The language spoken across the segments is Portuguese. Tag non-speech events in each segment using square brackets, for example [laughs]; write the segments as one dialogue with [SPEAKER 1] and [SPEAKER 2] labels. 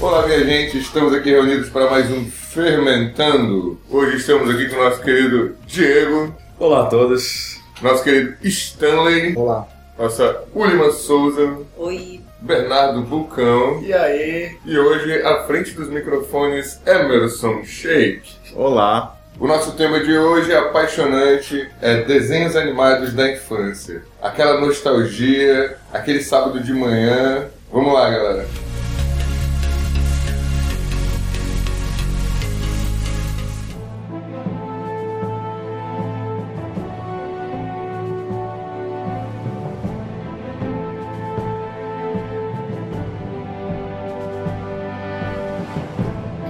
[SPEAKER 1] Olá, minha gente, estamos aqui reunidos para mais um Fermentando. Hoje estamos aqui com o nosso querido Diego,
[SPEAKER 2] Olá a todos.
[SPEAKER 1] nosso querido Stanley,
[SPEAKER 3] Olá.
[SPEAKER 1] nossa Uliman Souza,
[SPEAKER 4] Oi.
[SPEAKER 1] Bernardo Bucão
[SPEAKER 2] E aí?
[SPEAKER 1] e hoje à frente dos microfones Emerson Shake.
[SPEAKER 2] Olá.
[SPEAKER 1] O nosso tema de hoje é apaixonante, é desenhos animados da infância. Aquela nostalgia, aquele sábado de manhã. Vamos lá, galera.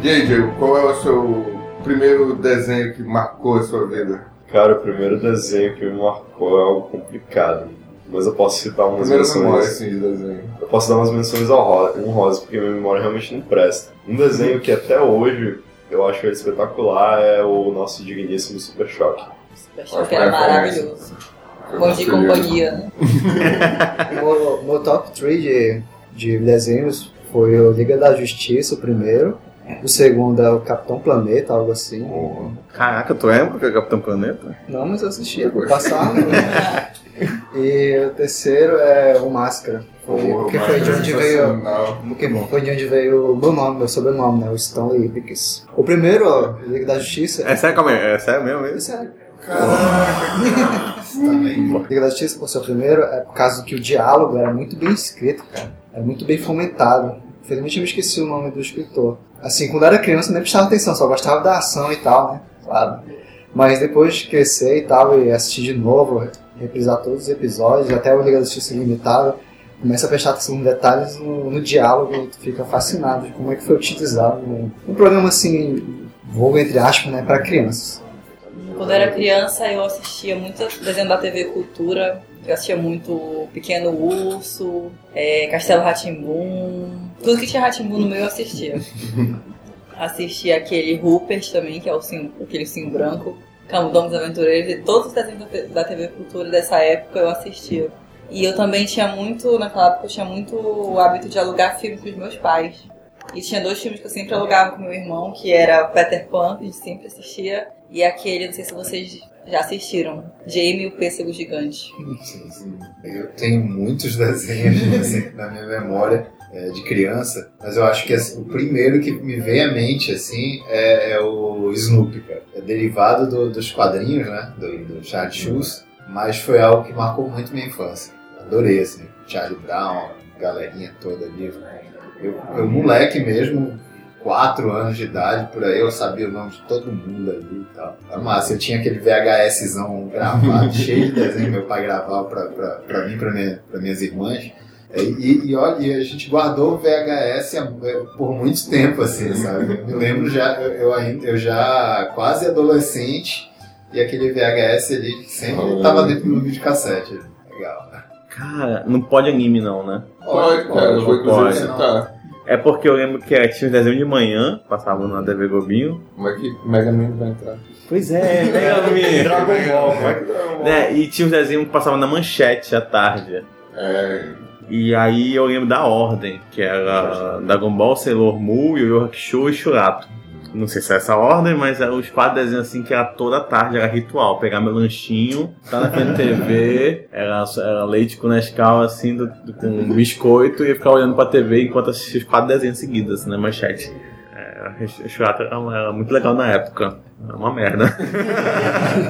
[SPEAKER 1] E aí, Diego, qual é o seu primeiro desenho que marcou a sua vida?
[SPEAKER 2] Cara, o primeiro desenho que me marcou é algo complicado. Mas eu posso citar umas
[SPEAKER 1] Primeira
[SPEAKER 5] é
[SPEAKER 1] memória,
[SPEAKER 2] menções.
[SPEAKER 1] assim, de desenho.
[SPEAKER 2] Eu posso dar umas menções honro- honrosas, porque minha memória realmente não presta. Um desenho que até hoje eu acho ele espetacular é o nosso digníssimo Super Choque.
[SPEAKER 4] Eu achava que era maravilhoso. Bom dia e companhia, né?
[SPEAKER 3] Meu, meu top 3 de, de desenhos foi o Liga da Justiça, o primeiro. O segundo é o Capitão Planeta, algo assim.
[SPEAKER 5] Caraca, tu é o Capitão Planeta?
[SPEAKER 3] Não, mas eu assistia, eu passava. né? e o terceiro é o Máscara. Foi, porque foi de
[SPEAKER 1] é
[SPEAKER 3] onde veio. Porque foi de onde veio o meu nome, meu sobrenome, né? O Stanley Ipkiss. O primeiro, ó, Liga da Justiça.
[SPEAKER 5] É sério, calma aí, é sério mesmo isso?
[SPEAKER 3] Isso é. Caraca! Liga da Justiça, por ser o primeiro, é por causa que o diálogo era muito bem escrito, cara. Era muito bem fomentado. Infelizmente eu me esqueci o nome do escritor. Assim, quando era criança eu nem prestava atenção, só gostava da ação e tal, né? Claro. Mas depois de crescer e tal, e assistir de novo, reprisar todos os episódios, até o Liga da Justiça Limitada, começa a prestar atenção nos detalhes no, no diálogo e tu fica fascinado de como é que foi utilizado. né? Um programa assim, vulgo entre aspas, né, para crianças.
[SPEAKER 4] Quando eu era criança, eu assistia muito desenho da TV Cultura. Eu assistia muito Pequeno Urso, é, Castelo Ratimbum. Tudo que tinha Ratimbum no meu eu assistia. assistia aquele Rupert também, que é o sim, aquele sim branco, Camundongos Aventureiros, e todos os desenhos da T- da TV Cultura dessa época eu assistia. E eu também tinha muito, naquela época, eu tinha muito o hábito de alugar filmes com os meus pais. E tinha dois filmes que eu sempre alugava com meu irmão, que era Peter Pan, que a gente sempre assistia, e aquele, não sei se vocês já assistiram, Jamie e o Pêssego Gigante.
[SPEAKER 6] [laughs] Eu tenho muitos desenhos assim, na minha memória é, de criança, mas eu acho que assim, o primeiro que me vem à mente assim é, é o Snoopy, cara. É derivado do- dos quadrinhos, né? Do, do Charlie Schultz, mas foi algo que marcou muito minha infância. Adorei, assim, Charlie Brown, galerinha toda ali. Eu, eu moleque mesmo, quatro anos de idade, por aí, eu sabia o nome de todo mundo ali e tal. Era massa, eu tinha aquele VHSzão gravado, cheio de desenho meu pai gravava pra, pra, pra mim, pra, minha, pra minhas irmãs. É, E, e olha, e a gente guardou o VHS há- é, por muito tempo, assim, sabe? Eu me lembro já, eu, eu ainda, eu já quase adolescente, e aquele VHS ali sempre tava dentro do videocassete. Legal.
[SPEAKER 5] Cara, não pode anime não, né?
[SPEAKER 1] Pode, cara, eu vou inclusive
[SPEAKER 5] Pode.
[SPEAKER 1] citar.
[SPEAKER 5] É porque eu lembro que tinha os desenhos de manhã, passavam na TV Globinho.
[SPEAKER 1] Como é que Mega Man vai entrar?
[SPEAKER 5] Pois é, Mega [laughs] Man.
[SPEAKER 2] Ball, como
[SPEAKER 5] né? E tinha os desenhos que passavam na manchete à tarde.
[SPEAKER 1] É,
[SPEAKER 5] E aí eu lembro da ordem, que era Dragon Ball, Sailor Moon, Yu Yu Hakusho e Shurato. Não sei se é essa a ordem, mas eram os quatro desenhos assim que era toda tarde, era ritual. Pegar meu lanchinho, tá na frente da TV, [laughs] era, era leite com Nescau assim, do- do- com biscoito, e ficar olhando pra TV enquanto assistia os quatro desenhos seguidos, assim, na manchete. É, Shurato era, uma- era muito legal na época. Era uma merda. [laughs]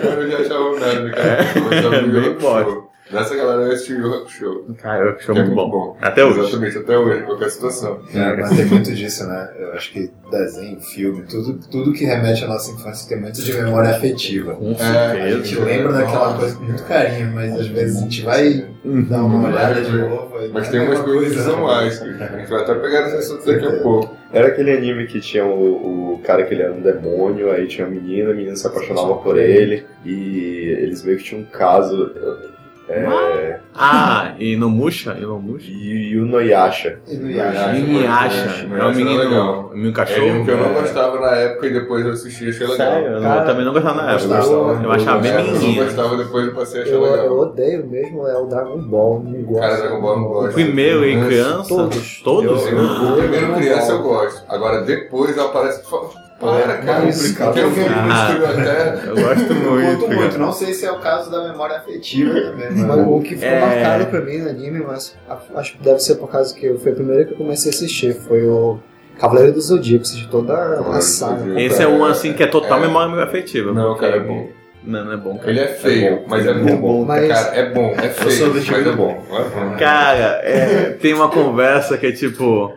[SPEAKER 1] eu já achava um nerd, cara. Eu achava
[SPEAKER 5] É,
[SPEAKER 1] um
[SPEAKER 5] bem
[SPEAKER 1] Yu-Gi-Oh!
[SPEAKER 5] pode.
[SPEAKER 1] Show. Dessa galera eu assisti o Yu Yu Show. é
[SPEAKER 5] Cara, eu achei muito bom. Até hoje.
[SPEAKER 1] Exatamente, até hoje, qualquer situação.
[SPEAKER 6] É, mas tem muito disso, né? Eu acho que desenho, filme, tudo, tudo que remete à nossa infância tem muito de memória afetiva.
[SPEAKER 5] Com
[SPEAKER 1] É,
[SPEAKER 6] A
[SPEAKER 5] certeza.
[SPEAKER 6] gente lembra daquela coisa com muito carinho, mas às vezes a gente vai dar uma olhada de novo. e
[SPEAKER 1] Uhum. Mas
[SPEAKER 6] não
[SPEAKER 1] tem
[SPEAKER 6] é a
[SPEAKER 1] umas
[SPEAKER 6] mesma
[SPEAKER 1] coisas que são
[SPEAKER 6] né?
[SPEAKER 1] mais. A gente vai até pegar esse assunto daqui a pouco.
[SPEAKER 2] Era aquele anime que tinha o, o cara que ele era um demônio, aí tinha a menina, a menina se apaixonava por ele, e eles meio que tinham um caso. Eu,
[SPEAKER 5] Ah, e não murcha? E não murcha?
[SPEAKER 2] E o Noyasha.
[SPEAKER 6] E não é ia achar.
[SPEAKER 5] Inuyasha.
[SPEAKER 1] Inuyasha
[SPEAKER 5] É um menino,
[SPEAKER 1] era legal.
[SPEAKER 5] um menino
[SPEAKER 1] É um
[SPEAKER 5] cachorro.
[SPEAKER 1] que eu não gostava na época e depois eu assisti e achei legal.
[SPEAKER 5] Sério, eu, não-
[SPEAKER 3] Cara,
[SPEAKER 5] também não gostava na
[SPEAKER 6] eu
[SPEAKER 5] época.
[SPEAKER 6] gostava.
[SPEAKER 5] Eu achava bem
[SPEAKER 1] É, eu não
[SPEAKER 5] menino.
[SPEAKER 1] gostava depois eu passei a achar
[SPEAKER 3] Eu, eu
[SPEAKER 1] legal.
[SPEAKER 3] odeio mesmo, é o Dragon Ball. Não gosto.
[SPEAKER 1] Cara, Dragon Ball eu não
[SPEAKER 5] O
[SPEAKER 1] gosto.
[SPEAKER 5] Primeiro em criança?
[SPEAKER 3] Todos.
[SPEAKER 5] Todos?
[SPEAKER 1] Eu-
[SPEAKER 3] eu-
[SPEAKER 1] o primeiro
[SPEAKER 3] eu-
[SPEAKER 1] criança eu gosto. Agora depois ela aparece e fala. Para, cara,
[SPEAKER 3] Mas-
[SPEAKER 1] complicado. Tem um filme que
[SPEAKER 5] Ah.
[SPEAKER 1] destruiu a Terra.
[SPEAKER 5] Eu gosto
[SPEAKER 6] Eu
[SPEAKER 5] muito.
[SPEAKER 6] curto muito,
[SPEAKER 5] cara.
[SPEAKER 6] não sei se é o caso da memória afetiva também, mas...
[SPEAKER 3] Mas o que ficou
[SPEAKER 5] É.
[SPEAKER 3] marcado pra mim no anime, mas a- acho que deve ser por causa que eu- foi o primeiro que eu comecei a assistir, foi o Cavaleiro do Zodíaco, assisti toda a
[SPEAKER 1] Cavaleiro do
[SPEAKER 3] saga.
[SPEAKER 1] Zodíaco.
[SPEAKER 5] Esse é um assim que é total
[SPEAKER 1] É.
[SPEAKER 5] memória afetiva.
[SPEAKER 1] Não, cara, é bom.
[SPEAKER 5] Não, não é bom, cara.
[SPEAKER 1] Ele é feio,
[SPEAKER 2] bom.
[SPEAKER 1] mas é
[SPEAKER 2] Ele é
[SPEAKER 1] bom.
[SPEAKER 3] bom. Mas-
[SPEAKER 1] Cara, é bom, é feio.
[SPEAKER 2] sou do tipo
[SPEAKER 1] mas é
[SPEAKER 2] do
[SPEAKER 1] bom. É bom.
[SPEAKER 5] Cara, é, tem uma conversa que é tipo.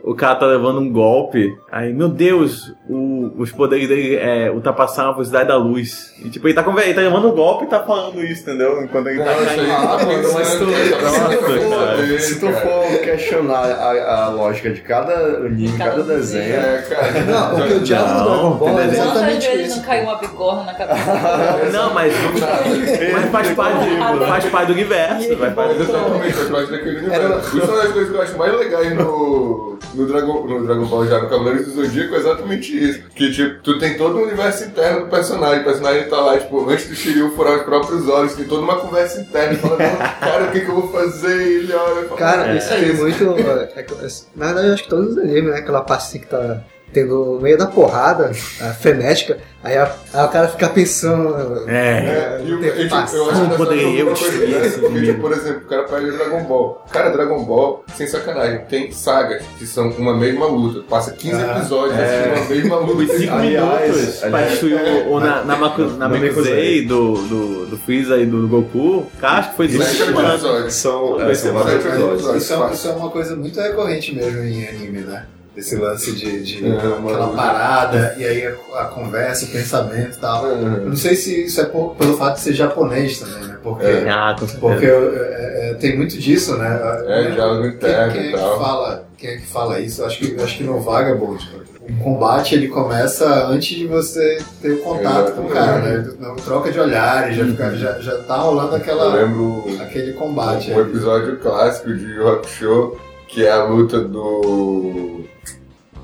[SPEAKER 5] O cara tá levando um golpe, aí, meu Deus, o- os poderes dele é, ultrapassaram a velocidade da luz. E tipo, ele tá, conver- ele tá levando um golpe e tá falando isso, entendeu? Enquanto ele
[SPEAKER 1] Não,
[SPEAKER 5] tá
[SPEAKER 1] isso aí
[SPEAKER 5] caindo.
[SPEAKER 1] tá falando, mas tu-
[SPEAKER 5] Nossa, cara.
[SPEAKER 2] [laughs] Se tu for questionar a, a lógica de cada anime,
[SPEAKER 4] Cada
[SPEAKER 2] cada
[SPEAKER 4] desenho.
[SPEAKER 2] desenho,
[SPEAKER 1] É, cara.
[SPEAKER 3] Não, porque o diabo do
[SPEAKER 5] Não,
[SPEAKER 3] Dragon Ball é
[SPEAKER 5] entendeu?
[SPEAKER 2] né?
[SPEAKER 4] Quantas
[SPEAKER 3] exatamente
[SPEAKER 4] vezes
[SPEAKER 3] isso.
[SPEAKER 4] não caiu uma bigorna
[SPEAKER 1] [laughs]
[SPEAKER 4] na cabeça?
[SPEAKER 5] Não, mas, mas faz, parte, faz parte do universo. Vai
[SPEAKER 1] Mas
[SPEAKER 5] fazer.
[SPEAKER 1] exatamente, eu gosto daquele universo. Isso é uma das coisas que eu acho mais legais no, no, Dragon, no Dragon Ball já, no Cavaleiros do Zodíaco, é exatamente isso. Que, tipo, tu tem todo o universo interno do personagem. O personagem tá lá, tipo, antes do Shiryu furar os próprios olhos, tem toda uma conversa interna. Ele Fala, "Não, cara, o que que eu vou fazer? E ele olha e fala,
[SPEAKER 3] Cara,
[SPEAKER 1] "Ah,
[SPEAKER 3] isso aí é muito. é que- é- na verdade, eu acho que todos os animes, né? Aquela parte assim que tá tendo no meio da porrada, a frenética, aí, a- aí o cara fica pensando.
[SPEAKER 5] É.
[SPEAKER 1] É, e o-
[SPEAKER 3] Não tem
[SPEAKER 1] e, tipo,
[SPEAKER 3] paz.
[SPEAKER 1] eu acho
[SPEAKER 5] Como
[SPEAKER 1] engraçado
[SPEAKER 5] poderia
[SPEAKER 1] alguma
[SPEAKER 5] eu
[SPEAKER 1] coisa
[SPEAKER 5] destruir
[SPEAKER 1] dessa,
[SPEAKER 5] esse
[SPEAKER 1] porque,
[SPEAKER 5] mundo?
[SPEAKER 1] tipo, por exemplo, o cara perde Dragon Ball. Cara, Dragon Ball, sem sacanagem, tem sagas que são uma mesma luta. Passa 15
[SPEAKER 6] Ah,
[SPEAKER 1] episódios
[SPEAKER 5] é.
[SPEAKER 1] assistindo uma mesma
[SPEAKER 5] Os
[SPEAKER 1] luta.
[SPEAKER 5] 5
[SPEAKER 2] Aliás,
[SPEAKER 5] minutos pra
[SPEAKER 2] aliás,
[SPEAKER 5] destruir o, o na, na, Maku,
[SPEAKER 2] Na
[SPEAKER 5] na Mekuzei
[SPEAKER 2] Mekuzei.
[SPEAKER 5] do, do, do Freeza e do Goku, cara, acho que
[SPEAKER 6] é
[SPEAKER 5] foi
[SPEAKER 1] 7
[SPEAKER 5] 5 minutos.
[SPEAKER 1] episódios.
[SPEAKER 2] são,
[SPEAKER 5] Vai
[SPEAKER 2] é,
[SPEAKER 5] ser
[SPEAKER 2] são vários
[SPEAKER 1] bastante
[SPEAKER 2] episódios.
[SPEAKER 1] episódio.
[SPEAKER 6] Isso é, isso é uma coisa muito recorrente mesmo em anime, né? Esse lance de,
[SPEAKER 1] É,
[SPEAKER 6] de aquela
[SPEAKER 1] mano.
[SPEAKER 6] parada, e aí a, a conversa, o pensamento e tal. Eu
[SPEAKER 1] né?
[SPEAKER 6] não sei se isso é por- pelo fato de ser japonês também, né? Porque,
[SPEAKER 5] Ah, com certeza.
[SPEAKER 6] porque é, é, tem muito disso, né?
[SPEAKER 1] É, diálogo interno
[SPEAKER 6] quem,
[SPEAKER 1] e
[SPEAKER 6] quem é que
[SPEAKER 1] tal.
[SPEAKER 6] fala, quem é que fala isso? Eu acho que, eu acho que no Vagabond, o combate ele começa antes de você ter o contato com o cara, né? Não, troca de olhares, já, fica, já, já tá rolando
[SPEAKER 1] Eu
[SPEAKER 6] aquela,
[SPEAKER 1] lembro
[SPEAKER 6] aquele combate.
[SPEAKER 1] um
[SPEAKER 6] aí.
[SPEAKER 1] episódio clássico de Yu Yu Hakusho, que é a luta do...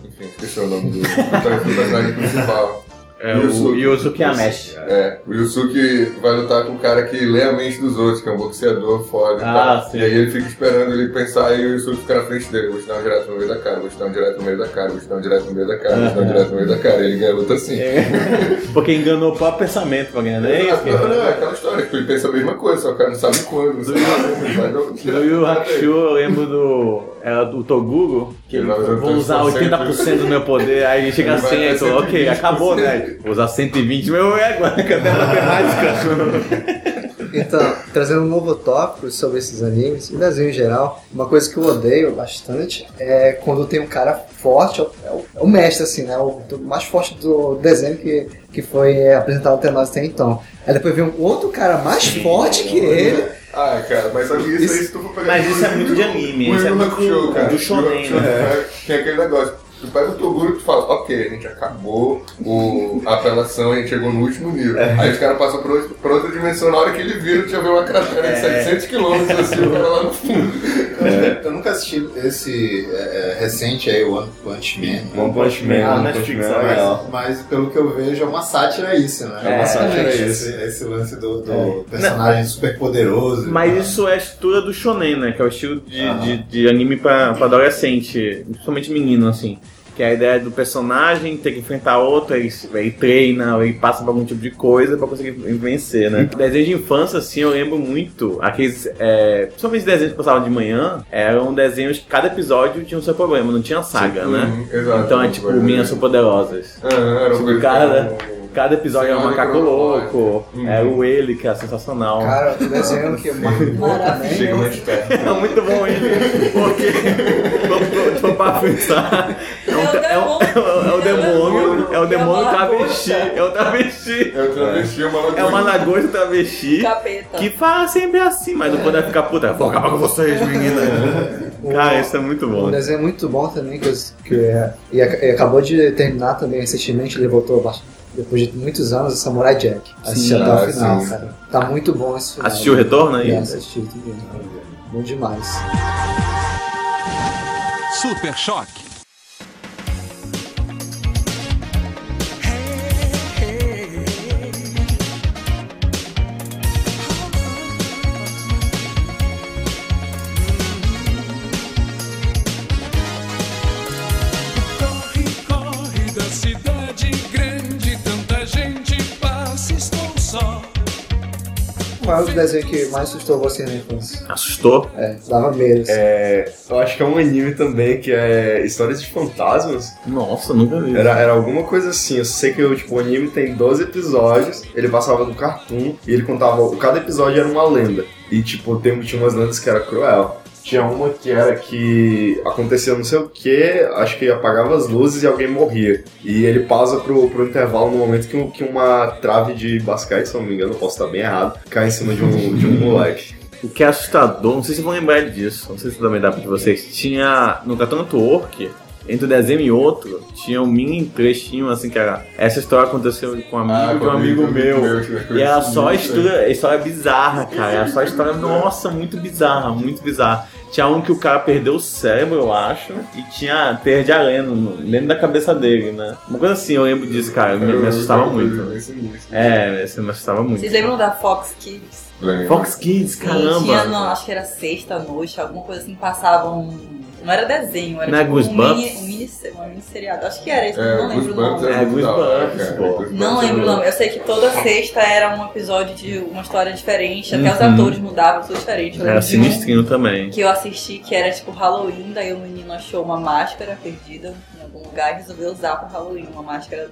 [SPEAKER 1] Enfim, esqueci o nome do do personagem principal.
[SPEAKER 5] É, o Yusuke Amesh.
[SPEAKER 1] É, o Yusuke vai lutar com um cara que lê a mente dos outros, que é um boxeador foda e
[SPEAKER 5] Ah,
[SPEAKER 1] tal.
[SPEAKER 5] sim.
[SPEAKER 1] E aí ele fica esperando ele pensar e o Yusuke fica na frente dele. Vou te dar um direto no meio da cara, vou te dar um direto no meio da cara, vou te dar um direto no meio da cara, vou te dar um direto no meio da cara. E ele ganha a luta assim.
[SPEAKER 5] [laughs] Porque enganou o próprio pensamento pra ganhar, não é isso?
[SPEAKER 1] Não, não, é aquela história, que ele pensa a mesma coisa, só que o cara não sabe quando, não sabe um quando.
[SPEAKER 5] No Yu Hakusho, eu lembro do. Era do Toguro, que ele falou, vou usar 80% do meu poder, aí ele chega
[SPEAKER 1] Ele vai
[SPEAKER 5] assim, aí
[SPEAKER 1] dar
[SPEAKER 5] falou, ok,
[SPEAKER 1] 120%.
[SPEAKER 5] acabou, né? Vou usar 120, meu é agora, cadê a matemática?
[SPEAKER 3] Então, trazendo um novo tópico sobre esses animes, e desenho em geral, uma coisa que eu odeio bastante é quando tem um cara forte, é o, é o mestre, assim, né? O do- mais forte do desenho que, que foi é, apresentado até nós até então. Aí depois vem um outro cara mais forte que ele.
[SPEAKER 1] Ah, cara, mas sabe isso,
[SPEAKER 3] Isso-
[SPEAKER 1] aí se tu for pegar.
[SPEAKER 5] Mas isso é muito de anime,
[SPEAKER 1] O
[SPEAKER 5] isso é
[SPEAKER 1] Yu Yu
[SPEAKER 5] muito
[SPEAKER 1] Hakusho, cara.
[SPEAKER 5] do shonen, né?
[SPEAKER 1] Yu Yu Hakusho, né? Tem aquele negócio. Tu pega o Toguro e tu fala, ok, a gente acabou o, a apelação, a gente chegou no último nível.
[SPEAKER 5] É.
[SPEAKER 1] Aí os caras passam pra, outro- pra outra dimensão, na hora que ele vira, tu já vê uma cratera
[SPEAKER 5] É.
[SPEAKER 1] de 700 quilômetros assim, o cara lá no fundo.
[SPEAKER 6] Eu nunca assisti esse é, é, recente aí, One Punch Man.
[SPEAKER 2] One Punch Man,
[SPEAKER 5] Ah,
[SPEAKER 2] One Punch
[SPEAKER 5] Netflix,
[SPEAKER 2] Man é
[SPEAKER 5] né?
[SPEAKER 2] legal.
[SPEAKER 6] Mas pelo que eu vejo é uma sátira a isso, né?
[SPEAKER 5] É, uma
[SPEAKER 2] sátira a
[SPEAKER 6] esse-
[SPEAKER 2] isso.
[SPEAKER 6] Esse, lance do,
[SPEAKER 1] É.
[SPEAKER 6] do personagem super poderoso.
[SPEAKER 5] Mas isso é a estrutura do shonen, né? Que é o estilo de, de, de anime pra, pra adolescente, principalmente menino, assim. Que é a ideia do personagem ter que enfrentar outro, ele, ele treina, ele passa por algum tipo de coisa pra conseguir vencer, né? Desenho de infância, assim, eu lembro muito. Aqueles, é, principalmente desenhos que passavam de manhã, eram desenhos que cada episódio tinha o seu problema, não tinha saga, né?
[SPEAKER 1] Uhum, exato. assim.
[SPEAKER 5] Então é tipo, Minhas São Poderosas.
[SPEAKER 1] Ah, era
[SPEAKER 5] tipo,
[SPEAKER 1] um
[SPEAKER 5] cada- Cada episódio é um
[SPEAKER 1] Senhora
[SPEAKER 5] macaco
[SPEAKER 1] Cronológica.
[SPEAKER 5] louco,
[SPEAKER 1] Uhum.
[SPEAKER 5] é o ele que é sensacional.
[SPEAKER 3] Cara, o desenho que marcou também.
[SPEAKER 1] Chega mais perto.
[SPEAKER 5] É muito bom ele, porque [laughs] tipo, tipo, pra pensar, é, um, é, um- é o demônio, é o demônio travesti, é o travesti,
[SPEAKER 1] Eu travesti, uma
[SPEAKER 5] é uma lagosta travesti
[SPEAKER 4] Capeta.
[SPEAKER 5] [laughs] que fala sempre assim, mas não poder ficar puta, vou acabar com vocês, meninas. Cara, isso é muito
[SPEAKER 3] Um
[SPEAKER 5] bom.
[SPEAKER 3] desenho muito bom também, que, eu- que é, e, ac- e acabou de terminar também recentemente, ele voltou ba- depois de muitos anos, o Samurai Jack. Assisti
[SPEAKER 1] Sim,
[SPEAKER 3] até
[SPEAKER 1] ah,
[SPEAKER 3] o final,
[SPEAKER 1] sim.
[SPEAKER 3] cara. Tá muito bom esse final.
[SPEAKER 5] Assistiu o retorno aí?
[SPEAKER 3] É, assisti, tudo bem. Bom demais.
[SPEAKER 7] Super Choque. Corre, corre da cidade grande, tanta gente passa, estou só.
[SPEAKER 3] Qual é o desenho que mais assustou você na infância?
[SPEAKER 5] Assustou?
[SPEAKER 3] É, dava medo. assim.
[SPEAKER 2] É, eu acho que é um anime também que é Histórias de Fantasmas.
[SPEAKER 5] Nossa, nunca vi.
[SPEAKER 2] Era, era alguma coisa assim. Eu sei que eu, tipo, o anime tem 12 episódios, ele passava no Cartoon e ele contava. Cada episódio era uma lenda. E, tipo, tem, tinha umas lendas que era cruel. Tinha uma que era que acontecia não sei o que, acho que apagava as luzes e alguém morria. E ele pausa pro, pro intervalo no momento que, um- que uma trave de basquete, se eu não me engano, eu posso estar bem errado, cai em cima de um, de um moleque.
[SPEAKER 5] O que é assustador, não sei se vão lembrar disso, não sei se também dá pra vocês. Tinha no Cartoon Network, entre um desenho e outro, tinha um mini trechinho assim que era. Essa história aconteceu com um amigo
[SPEAKER 1] Ah,
[SPEAKER 5] de um amigo meu. E era só história, história bizarra, cara. Era só história, nossa, muito bizarra, muito bizarra. Tinha um que o cara perdeu o cérebro, eu acho, e tinha teia de aranha no- dentro da cabeça dele, né? Uma coisa assim, eu lembro disso, cara, me, me assustava muito. É, isso me assustava muito.
[SPEAKER 4] Vocês lembram da Fox Kids?
[SPEAKER 5] Fox Kids,
[SPEAKER 4] Sim, tinha, não,
[SPEAKER 5] caramba!
[SPEAKER 4] acho que era sexta à noite, alguma coisa assim, passavam. Não era desenho, era
[SPEAKER 5] Não é
[SPEAKER 4] tipo um
[SPEAKER 5] Goosebumps?
[SPEAKER 4] mini, um mini, uma mini seriado. Acho que era isso,
[SPEAKER 1] É,
[SPEAKER 4] não lembro o
[SPEAKER 1] Goosebumps
[SPEAKER 4] nome.
[SPEAKER 5] É,
[SPEAKER 1] é muito da hora,
[SPEAKER 5] Goosebumps,
[SPEAKER 1] cara.
[SPEAKER 5] pô.
[SPEAKER 1] Goosebumps
[SPEAKER 4] Não
[SPEAKER 1] é
[SPEAKER 4] lembro o
[SPEAKER 1] muito-
[SPEAKER 4] nome. Eu sei que toda sexta era um episódio de uma história diferente, até os
[SPEAKER 5] Uhum.
[SPEAKER 4] atores mudavam, tudo diferente. Eu
[SPEAKER 5] Era
[SPEAKER 4] lembro de um
[SPEAKER 5] sinistrinho também.
[SPEAKER 4] Que eu assisti que era tipo Halloween, daí o menino achou uma máscara perdida em algum lugar e resolveu usar pro Halloween, uma máscara.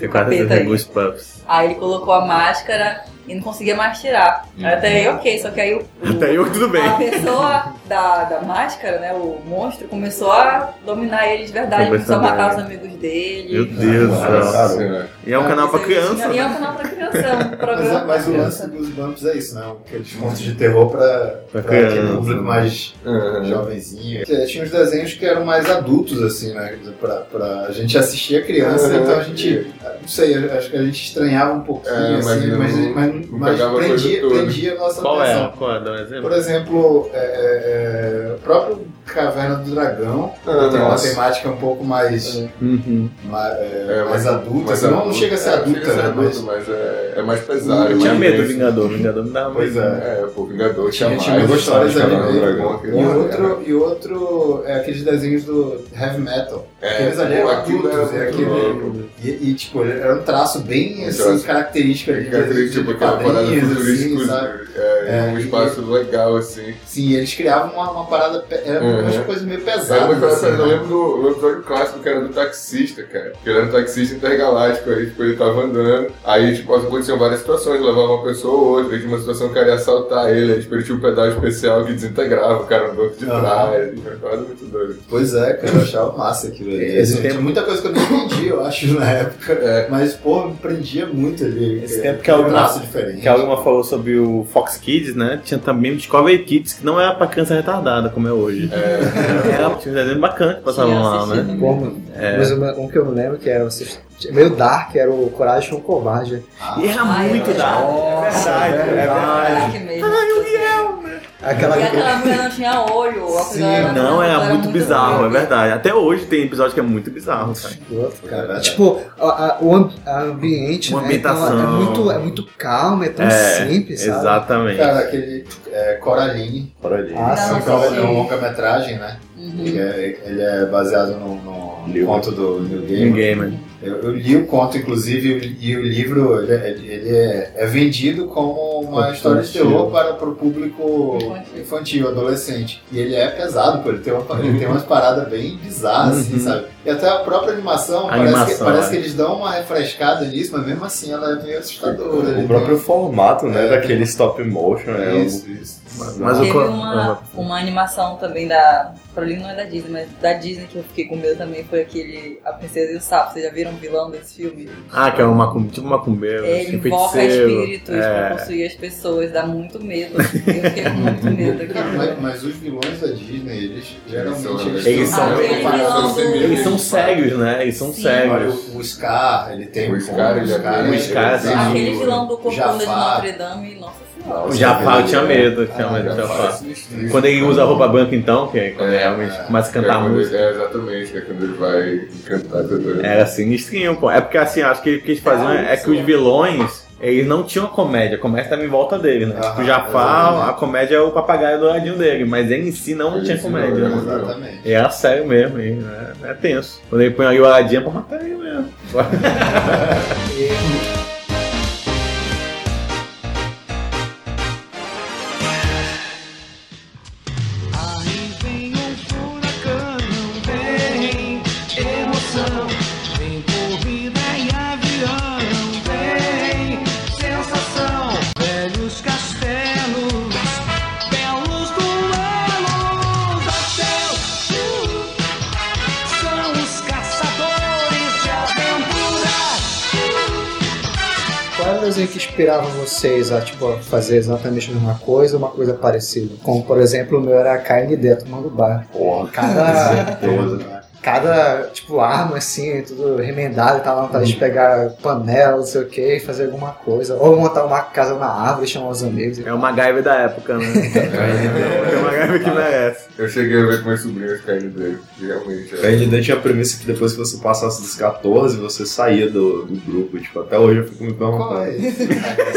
[SPEAKER 5] Tem quase
[SPEAKER 4] Capeta
[SPEAKER 5] certeza
[SPEAKER 4] tá aí.
[SPEAKER 5] Goosebumps.
[SPEAKER 4] Aí ele colocou a máscara e não conseguia mais tirar. Aí Até aí, ok, só que aí o. o-
[SPEAKER 5] Até eu um que tudo bem.
[SPEAKER 4] A pessoa da, da máscara, né? O monstro, começou a dominar ele de verdade, começou
[SPEAKER 5] Começou
[SPEAKER 4] a
[SPEAKER 5] a
[SPEAKER 4] matar
[SPEAKER 5] dominar.
[SPEAKER 4] os amigos dele.
[SPEAKER 5] Meu Deus do céu.
[SPEAKER 1] Nossa, cara.
[SPEAKER 5] E é um canal pra criança.
[SPEAKER 4] E é um canal pra criança, é um programa.
[SPEAKER 6] Mas, mas o
[SPEAKER 4] pra
[SPEAKER 6] lance
[SPEAKER 4] criança.
[SPEAKER 6] dos bumps é isso, né? Aqueles montes de terror pra, pra aquele
[SPEAKER 5] criança,
[SPEAKER 6] público
[SPEAKER 5] né?
[SPEAKER 6] mais
[SPEAKER 1] Uhum.
[SPEAKER 6] jovenzinho. Que Tinha uns desenhos que eram mais adultos, assim, né? Pra, pra... A gente assistia criança,
[SPEAKER 1] Uhum.
[SPEAKER 6] então a gente, não sei, acho que a gente estranhava um pouquinho,
[SPEAKER 1] É, mas
[SPEAKER 6] assim,
[SPEAKER 1] não-
[SPEAKER 6] mas, mas,
[SPEAKER 1] não
[SPEAKER 6] mas
[SPEAKER 1] pegava a
[SPEAKER 6] prendia,
[SPEAKER 1] coisa toda.
[SPEAKER 6] prendia a nossa
[SPEAKER 5] Qual
[SPEAKER 6] atenção.
[SPEAKER 5] é? Qual é? Dá um exemplo?
[SPEAKER 6] Por exemplo, é, é, é, o próprio Caverna do Dragão
[SPEAKER 1] Ah,
[SPEAKER 6] tem uma
[SPEAKER 1] nossa.
[SPEAKER 6] temática um pouco mais,
[SPEAKER 5] Uhum.
[SPEAKER 6] ma- é,
[SPEAKER 1] É,
[SPEAKER 6] mais adulta, assim, não, não chega a ser
[SPEAKER 1] é,
[SPEAKER 6] adulta,
[SPEAKER 1] chega a ser
[SPEAKER 6] né,
[SPEAKER 1] adulto,
[SPEAKER 6] mas
[SPEAKER 1] mas é, é mais pesado.
[SPEAKER 5] Eu
[SPEAKER 1] é
[SPEAKER 5] tinha
[SPEAKER 1] mais
[SPEAKER 5] medo do
[SPEAKER 1] denso.
[SPEAKER 5] Vingador. Vingador me dava
[SPEAKER 6] Pois
[SPEAKER 5] medo.
[SPEAKER 6] é.
[SPEAKER 1] É, pô, Vingador tinha
[SPEAKER 6] Tinha,
[SPEAKER 1] mais.
[SPEAKER 6] tinha duas histórias ali
[SPEAKER 1] Caverna do
[SPEAKER 6] mesmo.
[SPEAKER 1] Dragão,
[SPEAKER 6] E
[SPEAKER 1] aquele lá,
[SPEAKER 6] outro, e outro é aqueles desenhos do heavy metal.
[SPEAKER 1] É,
[SPEAKER 6] aqueles ali
[SPEAKER 1] pô,
[SPEAKER 6] eram
[SPEAKER 1] aquilo era
[SPEAKER 6] adultos, é
[SPEAKER 1] muito
[SPEAKER 6] aquele-
[SPEAKER 1] louco.
[SPEAKER 6] E, e, tipo, ele era um traço bem
[SPEAKER 1] Um
[SPEAKER 6] assim,
[SPEAKER 1] traço.
[SPEAKER 6] característico ali.
[SPEAKER 1] Aquele cara que, tipo, aquela parada
[SPEAKER 6] assim, sabe?
[SPEAKER 1] futurística, é,
[SPEAKER 6] É,
[SPEAKER 1] um
[SPEAKER 6] e-
[SPEAKER 1] espaço legal, assim.
[SPEAKER 6] Sim, eles criavam uma, uma parada. pe- Era
[SPEAKER 1] Uhum.
[SPEAKER 6] umas coisas meio
[SPEAKER 1] Era
[SPEAKER 6] pesadas.
[SPEAKER 1] muito engraçado,
[SPEAKER 6] assim,
[SPEAKER 1] eu
[SPEAKER 6] né?
[SPEAKER 1] lembro do do episódio clássico que era do taxista, cara. Que ele era um taxista intergaláctico, aí tipo, ele tava andando. Aí, tipo, aconteciam várias situações, levava uma pessoa ou outra, aí tinha uma situação que era assaltar ele, aí tipo, ele tinha um pedal especial que desintegrava o cara no banco de
[SPEAKER 6] Aham.
[SPEAKER 1] trás. Uhum. Uma parada muito doida.
[SPEAKER 6] Pois é, cara, eu achava massa aquilo ali.
[SPEAKER 5] Esse
[SPEAKER 6] Assim,
[SPEAKER 5] tempo-
[SPEAKER 6] Tinha muita coisa que eu não entendi, eu acho, na época.
[SPEAKER 1] É.
[SPEAKER 6] Mas, pô, me prendia muito ali.
[SPEAKER 5] Esse
[SPEAKER 6] Era
[SPEAKER 5] tempo que a
[SPEAKER 6] um
[SPEAKER 5] Alma-
[SPEAKER 6] traço diferente.
[SPEAKER 5] Que alguma falou sobre o Fox Kids, né? Tinha também o Discovery Kids, que não era pra criança retardada, como é hoje. [laughs] Era tinha um desenho bacana que passava
[SPEAKER 4] Tinha
[SPEAKER 5] lá,
[SPEAKER 4] assistido
[SPEAKER 5] né?
[SPEAKER 4] também.
[SPEAKER 3] Bom, Mas uma- um que eu me lembro que era vocês- meio dark, era o Coragem com o Covarde.
[SPEAKER 5] E era
[SPEAKER 4] Ai,
[SPEAKER 5] muito
[SPEAKER 4] eu
[SPEAKER 5] da
[SPEAKER 3] adorava.
[SPEAKER 5] É verdade, é verdade. É
[SPEAKER 4] Caraca, mesmo. E
[SPEAKER 3] Aquela
[SPEAKER 4] aquela mulher não tinha olho, o óculos
[SPEAKER 6] Sim,
[SPEAKER 4] dela era
[SPEAKER 5] Não, era
[SPEAKER 4] era
[SPEAKER 5] muito bizarro, é verdade. Até hoje tem episódio que é muito bizarro, cara.
[SPEAKER 1] né?
[SPEAKER 3] escroto, cara.
[SPEAKER 6] Cara,
[SPEAKER 3] Tipo, a, a- o ambi- a ambiente,
[SPEAKER 5] Uma
[SPEAKER 3] né? então,
[SPEAKER 5] ambientação.
[SPEAKER 3] é, muito, é muito calmo, é tão
[SPEAKER 5] É,
[SPEAKER 3] simples, sabe?
[SPEAKER 5] Exatamente.
[SPEAKER 6] Cara, aquele é, Coraline.
[SPEAKER 2] Para ali.
[SPEAKER 3] Ah,
[SPEAKER 4] Não,
[SPEAKER 3] sim.
[SPEAKER 6] que é um-
[SPEAKER 4] Tá, sim.
[SPEAKER 6] é um longa-metragem, né?
[SPEAKER 4] Uhum.
[SPEAKER 6] Ele é, ele é baseado no, no
[SPEAKER 2] Livro.
[SPEAKER 6] conto do New Game.
[SPEAKER 5] Ninguém, mano.
[SPEAKER 6] Eu, eu li o conto, inclusive, e o- e o livro ele, é- ele é, é vendido como uma
[SPEAKER 2] Infantil.
[SPEAKER 6] história de terror para, para o público
[SPEAKER 4] Infantil.
[SPEAKER 6] infantil, adolescente. E ele é pesado, pô, ele tem, uma, ele tem umas paradas bem bizarras, assim,
[SPEAKER 5] Uhum.
[SPEAKER 6] sabe? E até a própria animação,
[SPEAKER 5] A
[SPEAKER 6] parece, que,
[SPEAKER 5] animação,
[SPEAKER 6] parece
[SPEAKER 5] é.
[SPEAKER 6] que eles dão uma refrescada nisso, mas mesmo assim ela é meio assustadora.
[SPEAKER 2] O
[SPEAKER 6] Ele
[SPEAKER 2] próprio formato, né,
[SPEAKER 6] É.
[SPEAKER 2] daquele stop motion
[SPEAKER 6] tem-
[SPEAKER 2] é
[SPEAKER 6] Isso, isso.
[SPEAKER 5] Mas o
[SPEAKER 4] Teve
[SPEAKER 5] co-
[SPEAKER 4] uma, uma animação também da. Carolina não é da Disney, mas da Disney que eu fiquei com medo também foi aquele A Princesa e o Sapo. Vocês já viram o vilão desse filme?
[SPEAKER 5] Ah, que é um macum, tipo macumbeiro,
[SPEAKER 4] É,
[SPEAKER 5] assim,
[SPEAKER 4] ele invoca
[SPEAKER 5] feiticeiro.
[SPEAKER 4] espíritos
[SPEAKER 5] é.
[SPEAKER 4] pra possuir as pessoas, dá muito medo. assim. Eu fiquei com
[SPEAKER 5] [laughs]
[SPEAKER 4] muito medo
[SPEAKER 6] Cara,
[SPEAKER 4] daquilo.
[SPEAKER 6] mas, mas os vilões da Disney, eles
[SPEAKER 1] são-
[SPEAKER 6] geralmente. um
[SPEAKER 5] eles são-
[SPEAKER 1] Ah,
[SPEAKER 4] eles
[SPEAKER 1] são-
[SPEAKER 4] são-
[SPEAKER 5] Eles são sérios, né? Eles são
[SPEAKER 4] Sim.
[SPEAKER 6] Olha,
[SPEAKER 5] sérios.
[SPEAKER 6] o, o Scar, ele tem
[SPEAKER 1] O Scar, ele já tem-
[SPEAKER 5] O Scar,
[SPEAKER 6] ele tem
[SPEAKER 5] sim.
[SPEAKER 4] Aquele
[SPEAKER 6] o-
[SPEAKER 4] vilão do corcunda de
[SPEAKER 6] Jafar.
[SPEAKER 4] Notre Dame, nossa senhora.
[SPEAKER 5] O Jafar, eu tinha medo, eu tinha
[SPEAKER 6] Ah,
[SPEAKER 5] medo do
[SPEAKER 1] Já
[SPEAKER 5] Jafar.
[SPEAKER 1] faz sinistro.
[SPEAKER 5] Quando ele usa a roupa branca, então, que é quando
[SPEAKER 1] É,
[SPEAKER 5] ele realmente
[SPEAKER 6] é.
[SPEAKER 5] começa a
[SPEAKER 1] É, é.
[SPEAKER 5] cantar a
[SPEAKER 1] quando ele-
[SPEAKER 5] música.
[SPEAKER 1] É, exatamente, é quando ele vai cantar. entendeu?
[SPEAKER 5] Era sinistrinho, pô. É porque assim, acho que o que eles faziam é, que os vilões, eles não tinham comédia. A comédia tava em volta dele, né?
[SPEAKER 6] Aham,
[SPEAKER 5] tipo, o Jafar,
[SPEAKER 6] exatamente.
[SPEAKER 5] a comédia é o papagaio douradinho dele, mas ele em si não
[SPEAKER 1] Ele em
[SPEAKER 5] tinha
[SPEAKER 1] si
[SPEAKER 5] comédia.
[SPEAKER 1] não,
[SPEAKER 5] né?
[SPEAKER 6] Exatamente.
[SPEAKER 5] E era sério mesmo, e, né? é tenso. Quando ele põe ali o Aladinho, pô, matar ele mesmo.
[SPEAKER 7] Aí vem um furacão, vem emoção, vem corrida e avião, vem sensação, velhos castelos, belos duelos até o Uh! são os caçadores de aventura.
[SPEAKER 3] Qual era o desenho que inspirava vocês a tipo, a fazer exatamente a mesma coisa ou uma coisa parecida? Como, por exemplo, o meu era a KND, tomando bar.
[SPEAKER 2] Porra,
[SPEAKER 3] Cada,
[SPEAKER 2] certeza.
[SPEAKER 3] cada tipo, arma, assim, tudo remendado e tal, vontade de pegar panela, não sei o que, fazer alguma coisa. Ou montar uma casa na árvore, chamar os amigos.
[SPEAKER 5] É o MacGyver da época, né? é o MacGyver que merece.
[SPEAKER 1] Eu cheguei a ver com meus sobrinhos caindo dele, e realmente.
[SPEAKER 2] O
[SPEAKER 1] é.
[SPEAKER 2] Candy tinha a premissa que depois que você passasse dos 14, você saía do, do grupo. Tipo, até hoje eu fico me
[SPEAKER 6] Qual
[SPEAKER 2] perguntando.
[SPEAKER 6] é esse?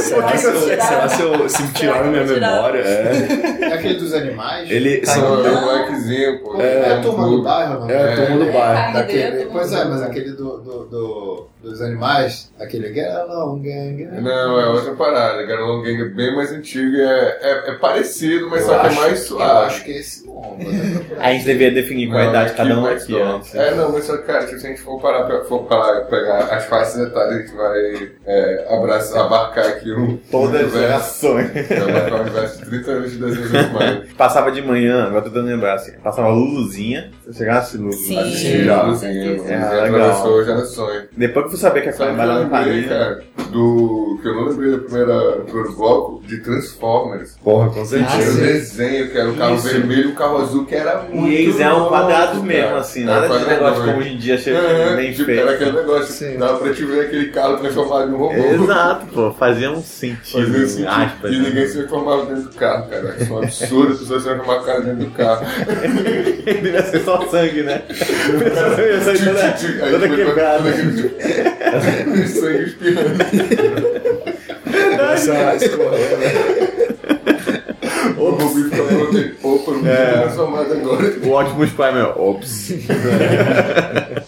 [SPEAKER 2] Será que eu-
[SPEAKER 4] Tiraram.
[SPEAKER 2] será se eu se me tiraram minha
[SPEAKER 4] Será que me tiraram?
[SPEAKER 2] memória? É.
[SPEAKER 6] É aquele dos animais?
[SPEAKER 2] Ele.
[SPEAKER 1] Não,
[SPEAKER 2] são-
[SPEAKER 1] é um molequezinho, pô.
[SPEAKER 6] É,
[SPEAKER 1] É,
[SPEAKER 6] a turma do bairro, não?
[SPEAKER 2] É a turma do bairro.
[SPEAKER 4] Ai,
[SPEAKER 6] Daquele,
[SPEAKER 4] Deus,
[SPEAKER 6] pois é,
[SPEAKER 4] mano.
[SPEAKER 6] mas aquele do, do, do- dos animais, aquele get along, gang. né?
[SPEAKER 1] Não, é outra parada. Garolong Gang é bem mais antigo. É, é, é parecido, mas só que é mais
[SPEAKER 6] Eu
[SPEAKER 1] suave.
[SPEAKER 6] acho que é esse nome. vou até procurar.
[SPEAKER 5] A gente devia definir qual a
[SPEAKER 1] Não,
[SPEAKER 5] idade de cada um
[SPEAKER 1] mais
[SPEAKER 5] aqui,
[SPEAKER 1] suave.
[SPEAKER 5] antes.
[SPEAKER 1] É, não, mas só, cara, tipo, se a gente for parar, pra- for parar pegar as faixas etárias, a gente vai é, abraçar, abarcar aqui um
[SPEAKER 5] Todas as
[SPEAKER 1] universo.
[SPEAKER 5] gerações.
[SPEAKER 1] Vai abarcar um universo de 30 anos de desenhos animais.
[SPEAKER 5] Passava de manhã, agora tô tentando lembrar assim. Passava Luluzinha, se eu chegasse Lulu.
[SPEAKER 4] Sim.
[SPEAKER 1] Assistir
[SPEAKER 5] já.
[SPEAKER 1] já, assim,
[SPEAKER 5] É,
[SPEAKER 1] já
[SPEAKER 5] legal.
[SPEAKER 1] atravessou gerações.
[SPEAKER 5] Depois que eu fui saber que a
[SPEAKER 1] Sabe
[SPEAKER 5] Clara
[SPEAKER 1] o que eu
[SPEAKER 5] trabalhava em
[SPEAKER 1] lembrei,
[SPEAKER 5] Paris.
[SPEAKER 1] cara? Do que eu não lembrei do primeiro, do primeiro bloco de Transformers.
[SPEAKER 2] Porra, com
[SPEAKER 1] Era um
[SPEAKER 2] certeza.
[SPEAKER 1] desenho que era um carro
[SPEAKER 5] Ah, Isso.
[SPEAKER 1] vermelho e um carro azul que era muito.
[SPEAKER 5] E eles eram
[SPEAKER 1] louco,
[SPEAKER 5] quadrados
[SPEAKER 1] cara.
[SPEAKER 5] mesmo, assim.
[SPEAKER 1] Era
[SPEAKER 5] Nada de
[SPEAKER 1] quadradão. né?
[SPEAKER 5] negócio como hoje em dia achei
[SPEAKER 1] É,
[SPEAKER 5] bem
[SPEAKER 1] tipo, era aquele
[SPEAKER 5] feio.
[SPEAKER 1] negócio,
[SPEAKER 3] Sim.
[SPEAKER 1] dava pra te ver aquele carro transformado em um robô.
[SPEAKER 5] Exato, pô. Fazia um sentido,
[SPEAKER 1] Fazia assim,
[SPEAKER 5] em
[SPEAKER 1] [laughs]
[SPEAKER 5] aspas.
[SPEAKER 1] e
[SPEAKER 5] né? [laughs]
[SPEAKER 1] ninguém se transformava dentro do carro, cara. Isso é um absurdo as pessoas se transformarem o cara dentro do carro.
[SPEAKER 5] Devia ser só
[SPEAKER 1] [laughs]
[SPEAKER 5] sangue, né? Devia ser [laughs] toda-
[SPEAKER 1] Aí
[SPEAKER 5] toda
[SPEAKER 1] foi-
[SPEAKER 5] quebrada. [laughs]
[SPEAKER 1] [laughs] Sangue espirrando.
[SPEAKER 2] Começa a escorrer, né?
[SPEAKER 1] O Bubi falou tem pouco, não
[SPEAKER 5] É.
[SPEAKER 1] é. transformado agora.
[SPEAKER 5] O Optimus Prime é ops.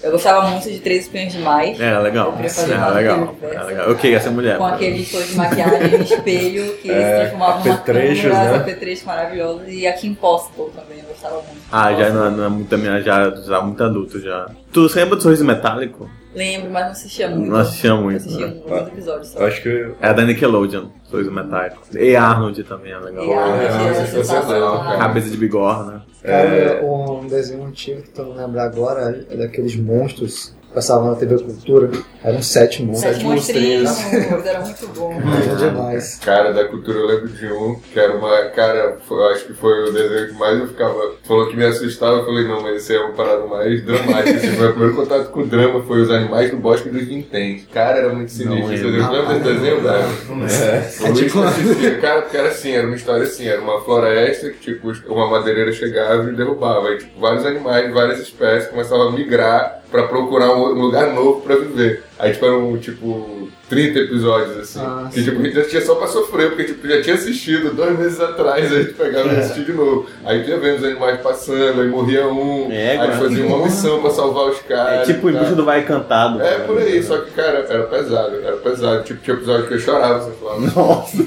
[SPEAKER 4] Eu gostava muito de Três Espiões Demais.
[SPEAKER 5] É, legal.
[SPEAKER 4] Eu queria fazer
[SPEAKER 5] É,
[SPEAKER 4] uma
[SPEAKER 5] legal.
[SPEAKER 4] coisa
[SPEAKER 5] É É,
[SPEAKER 4] dessa.
[SPEAKER 5] legal. Eu queria ser mulher.
[SPEAKER 4] Com aquele show de maquiagem no espelho que se transformava numa
[SPEAKER 2] apetrechos,
[SPEAKER 4] câmera,
[SPEAKER 2] né?
[SPEAKER 4] apetrechos maravilhosos. E a Kim Possible também, eu gostava muito.
[SPEAKER 5] Ah, já não, é- não é muito a minha, já, já muito adulto já. Tu lembra do sorriso metálico?
[SPEAKER 4] Lembro, mas não assistia muito.
[SPEAKER 5] Não assistia
[SPEAKER 4] Eu
[SPEAKER 5] muito.
[SPEAKER 4] assistia
[SPEAKER 5] Né?
[SPEAKER 4] alguns episódios só.
[SPEAKER 2] Eu acho que eu-
[SPEAKER 5] É da Nickelodeon, sorriso metálico. E Arnold também é legal.
[SPEAKER 4] E a
[SPEAKER 1] não,
[SPEAKER 4] mentira
[SPEAKER 1] isso é sensacional,
[SPEAKER 4] sensacional.
[SPEAKER 1] cara.
[SPEAKER 5] Cabeça de bigorna. É.
[SPEAKER 3] Cara, um desenho antigo que eu não lembrar agora é daqueles monstros que passavam na TV Cultura. Eram sete
[SPEAKER 1] é
[SPEAKER 3] monstros.
[SPEAKER 4] Sete monstrinhos, era muito
[SPEAKER 1] [laughs]
[SPEAKER 4] bom.
[SPEAKER 3] Era demais.
[SPEAKER 1] Cara, da cultura eu lembro de um, que era uma. Cara, foi- eu acho que foi o desenho que mais eu ficava. Falou que me assustava, eu falei, não, mas esse é uma parada mais dramática. Esse meu primeiro contato com o drama foi os animais do bosque dos vinténs. Cara, era muito sinistro.
[SPEAKER 5] Não
[SPEAKER 1] Esse
[SPEAKER 5] lembro.
[SPEAKER 1] desenho, lembra desse desenho, velho?
[SPEAKER 2] É.
[SPEAKER 1] É tipo... Cara, porque era assim, era uma história assim, era uma floresta que, tipo, uma madeireira chegava e derrubava. E, tipo, vários animais, de várias espécies começavam a migrar pra procurar um lugar novo pra viver. Aí, tipo, eram, tipo, 30 episódios, assim.
[SPEAKER 3] Ah,
[SPEAKER 1] que, tipo, a gente já tinha só pra sofrer, porque, tipo, já tinha assistido dois meses atrás, aí a gente pegava e assistia de novo. Aí já vendo os animais passando, aí morria um,
[SPEAKER 5] É,
[SPEAKER 1] aí
[SPEAKER 5] cara.
[SPEAKER 1] fazia uma missão pra salvar os
[SPEAKER 5] É
[SPEAKER 1] caras.
[SPEAKER 5] tipo
[SPEAKER 1] e
[SPEAKER 5] em
[SPEAKER 1] tal.
[SPEAKER 5] busca do vai cantado.
[SPEAKER 1] tá- É, por aí, só que, cara, era pesado, era pesado. Tipo, tinha episódio que eu chorava, você falava.
[SPEAKER 5] Nossa.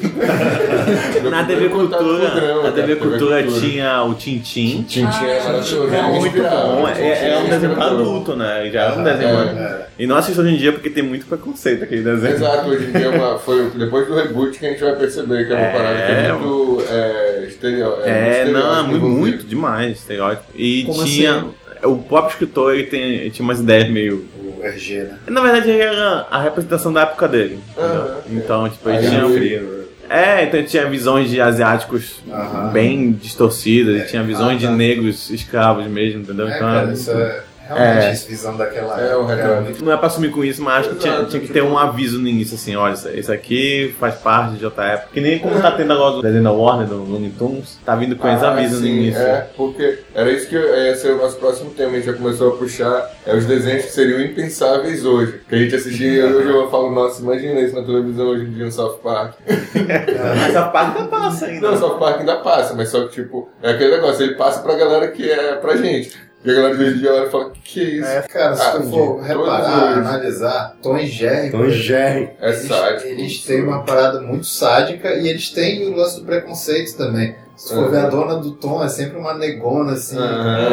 [SPEAKER 1] Meu
[SPEAKER 5] [laughs] Na TV
[SPEAKER 1] primeiro contato tá com o
[SPEAKER 5] Cultura,
[SPEAKER 1] drama,
[SPEAKER 5] na
[SPEAKER 1] né, cara,
[SPEAKER 5] TV Cultura tinha o Tintim.
[SPEAKER 1] Tintin é maravilhoso.
[SPEAKER 5] É muito
[SPEAKER 1] inspirador.
[SPEAKER 5] bom.
[SPEAKER 1] Tintin
[SPEAKER 5] É, é um desenho pra
[SPEAKER 1] inspirador.
[SPEAKER 5] adulto, né? Já era um desenho.
[SPEAKER 6] É,
[SPEAKER 5] E não assisto hoje em dia porque tem muito preconceito aquele desenho.
[SPEAKER 1] Exato, hoje em dia é uma- foi depois do reboot que a gente vai perceber que é uma
[SPEAKER 5] É.
[SPEAKER 1] parada que é muito é, estereo-
[SPEAKER 5] É,
[SPEAKER 1] muito né?
[SPEAKER 5] não, é muito,
[SPEAKER 1] estereótipo
[SPEAKER 5] muito demais, estereótipo. E
[SPEAKER 3] Como
[SPEAKER 5] tinha.
[SPEAKER 3] assim?
[SPEAKER 5] O próprio escritor ele tem, ele tinha umas ideias meio.
[SPEAKER 6] o RG, né?
[SPEAKER 5] Na verdade, ele era a representação da época dele. entendeu?
[SPEAKER 1] Ah, é.
[SPEAKER 5] então, tipo,
[SPEAKER 1] Aí
[SPEAKER 5] ele tinha.
[SPEAKER 1] eu-
[SPEAKER 2] Frio, né?
[SPEAKER 5] É, É, então tinha visões de asiáticos
[SPEAKER 6] Aham.
[SPEAKER 5] bem distorcidas, e tinha visões
[SPEAKER 6] Ah,
[SPEAKER 5] de
[SPEAKER 6] tá.
[SPEAKER 5] negros escravos mesmo, entendeu?
[SPEAKER 6] É,
[SPEAKER 5] Então
[SPEAKER 6] cara, isso é realmente
[SPEAKER 5] É.
[SPEAKER 6] isso, visão daquela
[SPEAKER 1] É, o
[SPEAKER 6] época.
[SPEAKER 1] retrato.
[SPEAKER 6] era muito-
[SPEAKER 5] Não é pra assumir com isso, mas acho que tinha,
[SPEAKER 1] Exato,
[SPEAKER 5] tinha que ter um aviso no início, assim, olha, isso- isso aqui faz parte de outra época. Que nem como tá tendo agora do desenho da Warner, do Looney Tunes, tá vindo com esse
[SPEAKER 1] Ah,
[SPEAKER 5] aviso no
[SPEAKER 1] sim,
[SPEAKER 5] início.
[SPEAKER 1] É, porque era isso que eu- ia ser o nosso próximo tema. A gente já começou a puxar é, os desenhos que seriam impensáveis hoje. Que a gente assistia hoje eu falo, nossa, imagina isso na televisão hoje em dia no South Park.
[SPEAKER 5] Essa parte não passa ainda.
[SPEAKER 1] Não, o South Park ainda passa, mas só que tipo, é aquele negócio, ele passa pra galera que é pra gente. E a galera de hoje em dia olha e fala, que que é isso?
[SPEAKER 6] É, cara, se
[SPEAKER 1] Ah,
[SPEAKER 6] tu for
[SPEAKER 1] entendi. Todos
[SPEAKER 6] reparar,
[SPEAKER 1] eles.
[SPEAKER 6] analisar, Tom e Jerry,
[SPEAKER 2] Então, Jerry.
[SPEAKER 1] É
[SPEAKER 6] eles,
[SPEAKER 1] sádico.
[SPEAKER 6] eles têm uma parada muito sádica e eles têm o lance do preconceito também. Se tu for ver a dona do Tom, é sempre uma negona, assim.
[SPEAKER 1] Ah,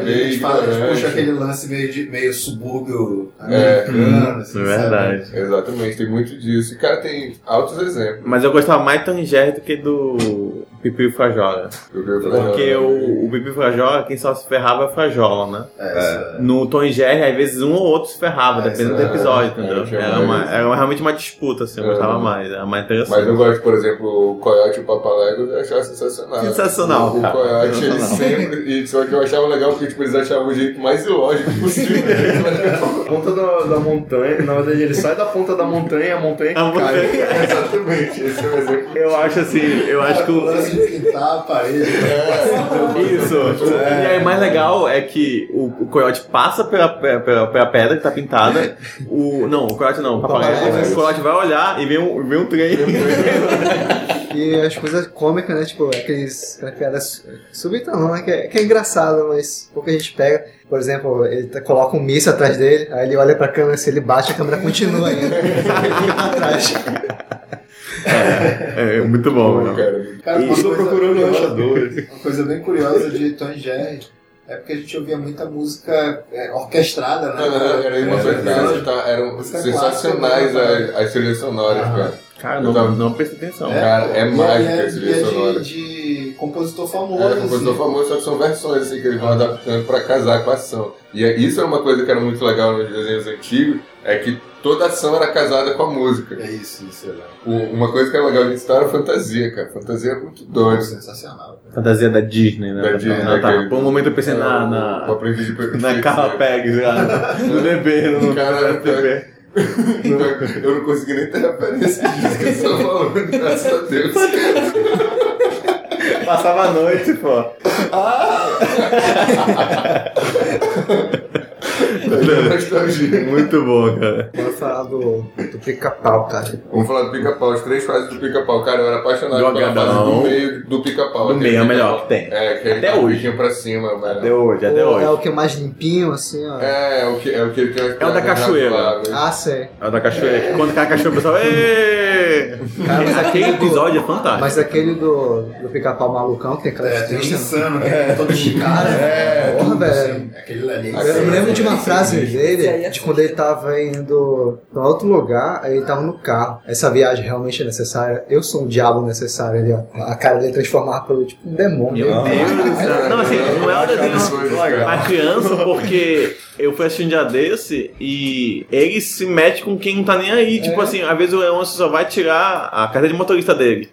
[SPEAKER 6] sabe?
[SPEAKER 1] é,
[SPEAKER 6] Eles
[SPEAKER 1] meio
[SPEAKER 6] falam, eles
[SPEAKER 1] ignorante.
[SPEAKER 6] puxam aquele lance meio, de, meio subúrbio americano,
[SPEAKER 5] É
[SPEAKER 6] assim,
[SPEAKER 5] verdade.
[SPEAKER 1] Exatamente, tem muito disso. E cara, tem altos exemplos.
[SPEAKER 5] Mas eu gostava mais do Tangere do que do Pipiu Frajola.
[SPEAKER 1] Eu vi o
[SPEAKER 5] Porque o, o Pipiu Frajola, quem só se ferrava é o Frajola, né?
[SPEAKER 6] sabe? Essa-
[SPEAKER 5] No Tom e Jerry, às vezes um ou outro se ferrava,
[SPEAKER 6] É,
[SPEAKER 5] dependendo do
[SPEAKER 6] isso é-
[SPEAKER 5] episódio,
[SPEAKER 1] é,
[SPEAKER 5] entendeu?
[SPEAKER 1] tinha
[SPEAKER 5] Era,
[SPEAKER 1] mais
[SPEAKER 5] uma-
[SPEAKER 1] isso.
[SPEAKER 5] era realmente uma disputa, assim, eu
[SPEAKER 1] É.
[SPEAKER 5] gostava mais, era mais
[SPEAKER 1] Mas eu
[SPEAKER 5] interessante.
[SPEAKER 1] gosto, por exemplo, o Coyote e o Papalégua, eu achava sensacional.
[SPEAKER 5] Sensacional,
[SPEAKER 1] O, o
[SPEAKER 5] cara.
[SPEAKER 1] Coyote, ele
[SPEAKER 5] Sensacional.
[SPEAKER 1] sempre. E, só que eu achava legal porque tipo, eles achavam o jeito mais ilógico
[SPEAKER 6] [laughs]
[SPEAKER 1] possível.
[SPEAKER 2] A ponta da, da montanha, na verdade ele sai da ponta da montanha e a montanha
[SPEAKER 5] A
[SPEAKER 2] cai.
[SPEAKER 5] montanha-
[SPEAKER 1] Exatamente, esse é o exemplo.
[SPEAKER 5] Eu acho assim, eu acho que
[SPEAKER 6] O
[SPEAKER 5] o,
[SPEAKER 6] lance de pintar a parede.
[SPEAKER 5] Isso. tipo, E aí, o mais legal é que o, o coiote passa pela, pela, pela pedra que tá pintada. O, não, o coiote
[SPEAKER 2] Tá
[SPEAKER 5] não, o papagaio.
[SPEAKER 2] é.
[SPEAKER 1] Papagaio.
[SPEAKER 5] O coiote vai olhar e vê um, vê um trem.
[SPEAKER 3] E as coisas cômicas, né? Tipo, aqueles, aquelas piadas subitão, né? Que é, que é engraçado, mas pouca gente pega. Por exemplo, ele tá- coloca um míssil atrás dele, aí ele olha pra câmera, se ele bate, a câmera continua ainda.
[SPEAKER 5] [laughs]
[SPEAKER 3] Ele tá atrás.
[SPEAKER 5] É, muito bom.
[SPEAKER 1] Pô,
[SPEAKER 5] Né?
[SPEAKER 1] cara,
[SPEAKER 6] Cara, uma
[SPEAKER 2] Estou
[SPEAKER 6] coisa
[SPEAKER 2] procurando
[SPEAKER 6] curiosa-
[SPEAKER 2] rachadores.
[SPEAKER 6] Uma coisa bem curiosa de Tom e Jerry é porque a gente ouvia muita música é, orquestrada, né?
[SPEAKER 1] Era, era emoções
[SPEAKER 6] É,
[SPEAKER 1] que eles tá- eram
[SPEAKER 6] Isso é
[SPEAKER 1] sensacionais
[SPEAKER 6] clássico, né?
[SPEAKER 1] as, as trilhas sonoras,
[SPEAKER 6] Ah.
[SPEAKER 1] cara.
[SPEAKER 5] Cara, não, não presta atenção.
[SPEAKER 6] É.
[SPEAKER 1] Cara, é
[SPEAKER 6] E
[SPEAKER 1] mágica
[SPEAKER 6] é-
[SPEAKER 1] as
[SPEAKER 6] e
[SPEAKER 1] trilhas
[SPEAKER 6] é
[SPEAKER 1] sonoras.
[SPEAKER 6] de, de compositor famoso.
[SPEAKER 1] É, compositor
[SPEAKER 6] assim.
[SPEAKER 1] famoso, só que são versões assim, que eles vão adaptando pra casar com a ação. E é- isso era uma coisa que era muito legal nos desenhos antigos, é que toda ação era casada com a música.
[SPEAKER 6] É isso, isso é legal.
[SPEAKER 1] O- Uma coisa que era legal de citar era a fantasia, cara. Fantasia é muito
[SPEAKER 6] Pô,
[SPEAKER 1] doido.
[SPEAKER 6] Sensacional.
[SPEAKER 5] Fantasia da Disney, né?
[SPEAKER 1] Da Disney,
[SPEAKER 5] Ah, tá.
[SPEAKER 1] aquele-
[SPEAKER 5] Por um momento eu pensei na.
[SPEAKER 1] É, Eu
[SPEAKER 5] na...
[SPEAKER 1] aprendi de [laughs] perfeição.
[SPEAKER 5] Na Carla Pegs, lá,
[SPEAKER 1] [laughs]
[SPEAKER 5] no bebê, no
[SPEAKER 1] Cara,
[SPEAKER 5] bebê.
[SPEAKER 1] Não, Então, Eu não consegui nem ter referência disso que eu estou falando, graças a Deus.
[SPEAKER 5] Passava a noite, pô.
[SPEAKER 1] Nostalgia.
[SPEAKER 5] Muito bom, cara.
[SPEAKER 3] Vamos falar do, do pica-pau, cara.
[SPEAKER 1] Vamos falar do pica-pau, as três fases do pica-pau. Cara, eu era apaixonado
[SPEAKER 5] Do
[SPEAKER 1] pela fase
[SPEAKER 5] agadão.
[SPEAKER 1] do meio do pica-pau.
[SPEAKER 5] Do
[SPEAKER 1] Aquele
[SPEAKER 5] meio é o
[SPEAKER 1] pica-pau.
[SPEAKER 5] melhor que tem.
[SPEAKER 1] É, que ele
[SPEAKER 5] Até
[SPEAKER 1] dá um
[SPEAKER 5] hoje.
[SPEAKER 1] biquinho pra cima,
[SPEAKER 5] Até
[SPEAKER 1] mano.
[SPEAKER 5] hoje, até
[SPEAKER 3] Ou
[SPEAKER 5] hoje.
[SPEAKER 3] é o que é mais limpinho, assim, ó.
[SPEAKER 1] É, o que, é o que ele tem umas
[SPEAKER 5] É o da
[SPEAKER 1] pernas
[SPEAKER 5] cachoeira.
[SPEAKER 1] razoáveis.
[SPEAKER 3] Ah, sei.
[SPEAKER 5] É o da cachoeira. que Quando cai a cachoeira, o pessoal. "Ê!"
[SPEAKER 3] Cara, mas
[SPEAKER 5] Aquele
[SPEAKER 3] aquele do-
[SPEAKER 5] episódio é fantástico.
[SPEAKER 3] Mas aquele do, do pica-pau malucão, que tem aquela
[SPEAKER 6] É, tem um
[SPEAKER 3] entrevista, né?
[SPEAKER 6] insano, né? Todo cara. né? assim.
[SPEAKER 3] É, porra, velho.
[SPEAKER 6] Aquele ali.
[SPEAKER 3] Eu me lembro de uma frase
[SPEAKER 4] Isso
[SPEAKER 3] dele,
[SPEAKER 4] aí é
[SPEAKER 3] de quando ele tava indo pra outro lugar, aí ele tava no carro. Essa viagem realmente é necessária. Eu sou um diabo necessário ali, ó. A cara dele transformava pelo tipo um demônio.
[SPEAKER 5] Meu Deus do céu. Não, assim, não é o desenho
[SPEAKER 1] Absurdo,
[SPEAKER 5] pra
[SPEAKER 1] cara.
[SPEAKER 5] criança, porque eu fui assistir um dia desse e ele se mete com quem não tá nem aí. Tipo assim, às vezes o Leôncio só vai tirar a carteira de motorista dele.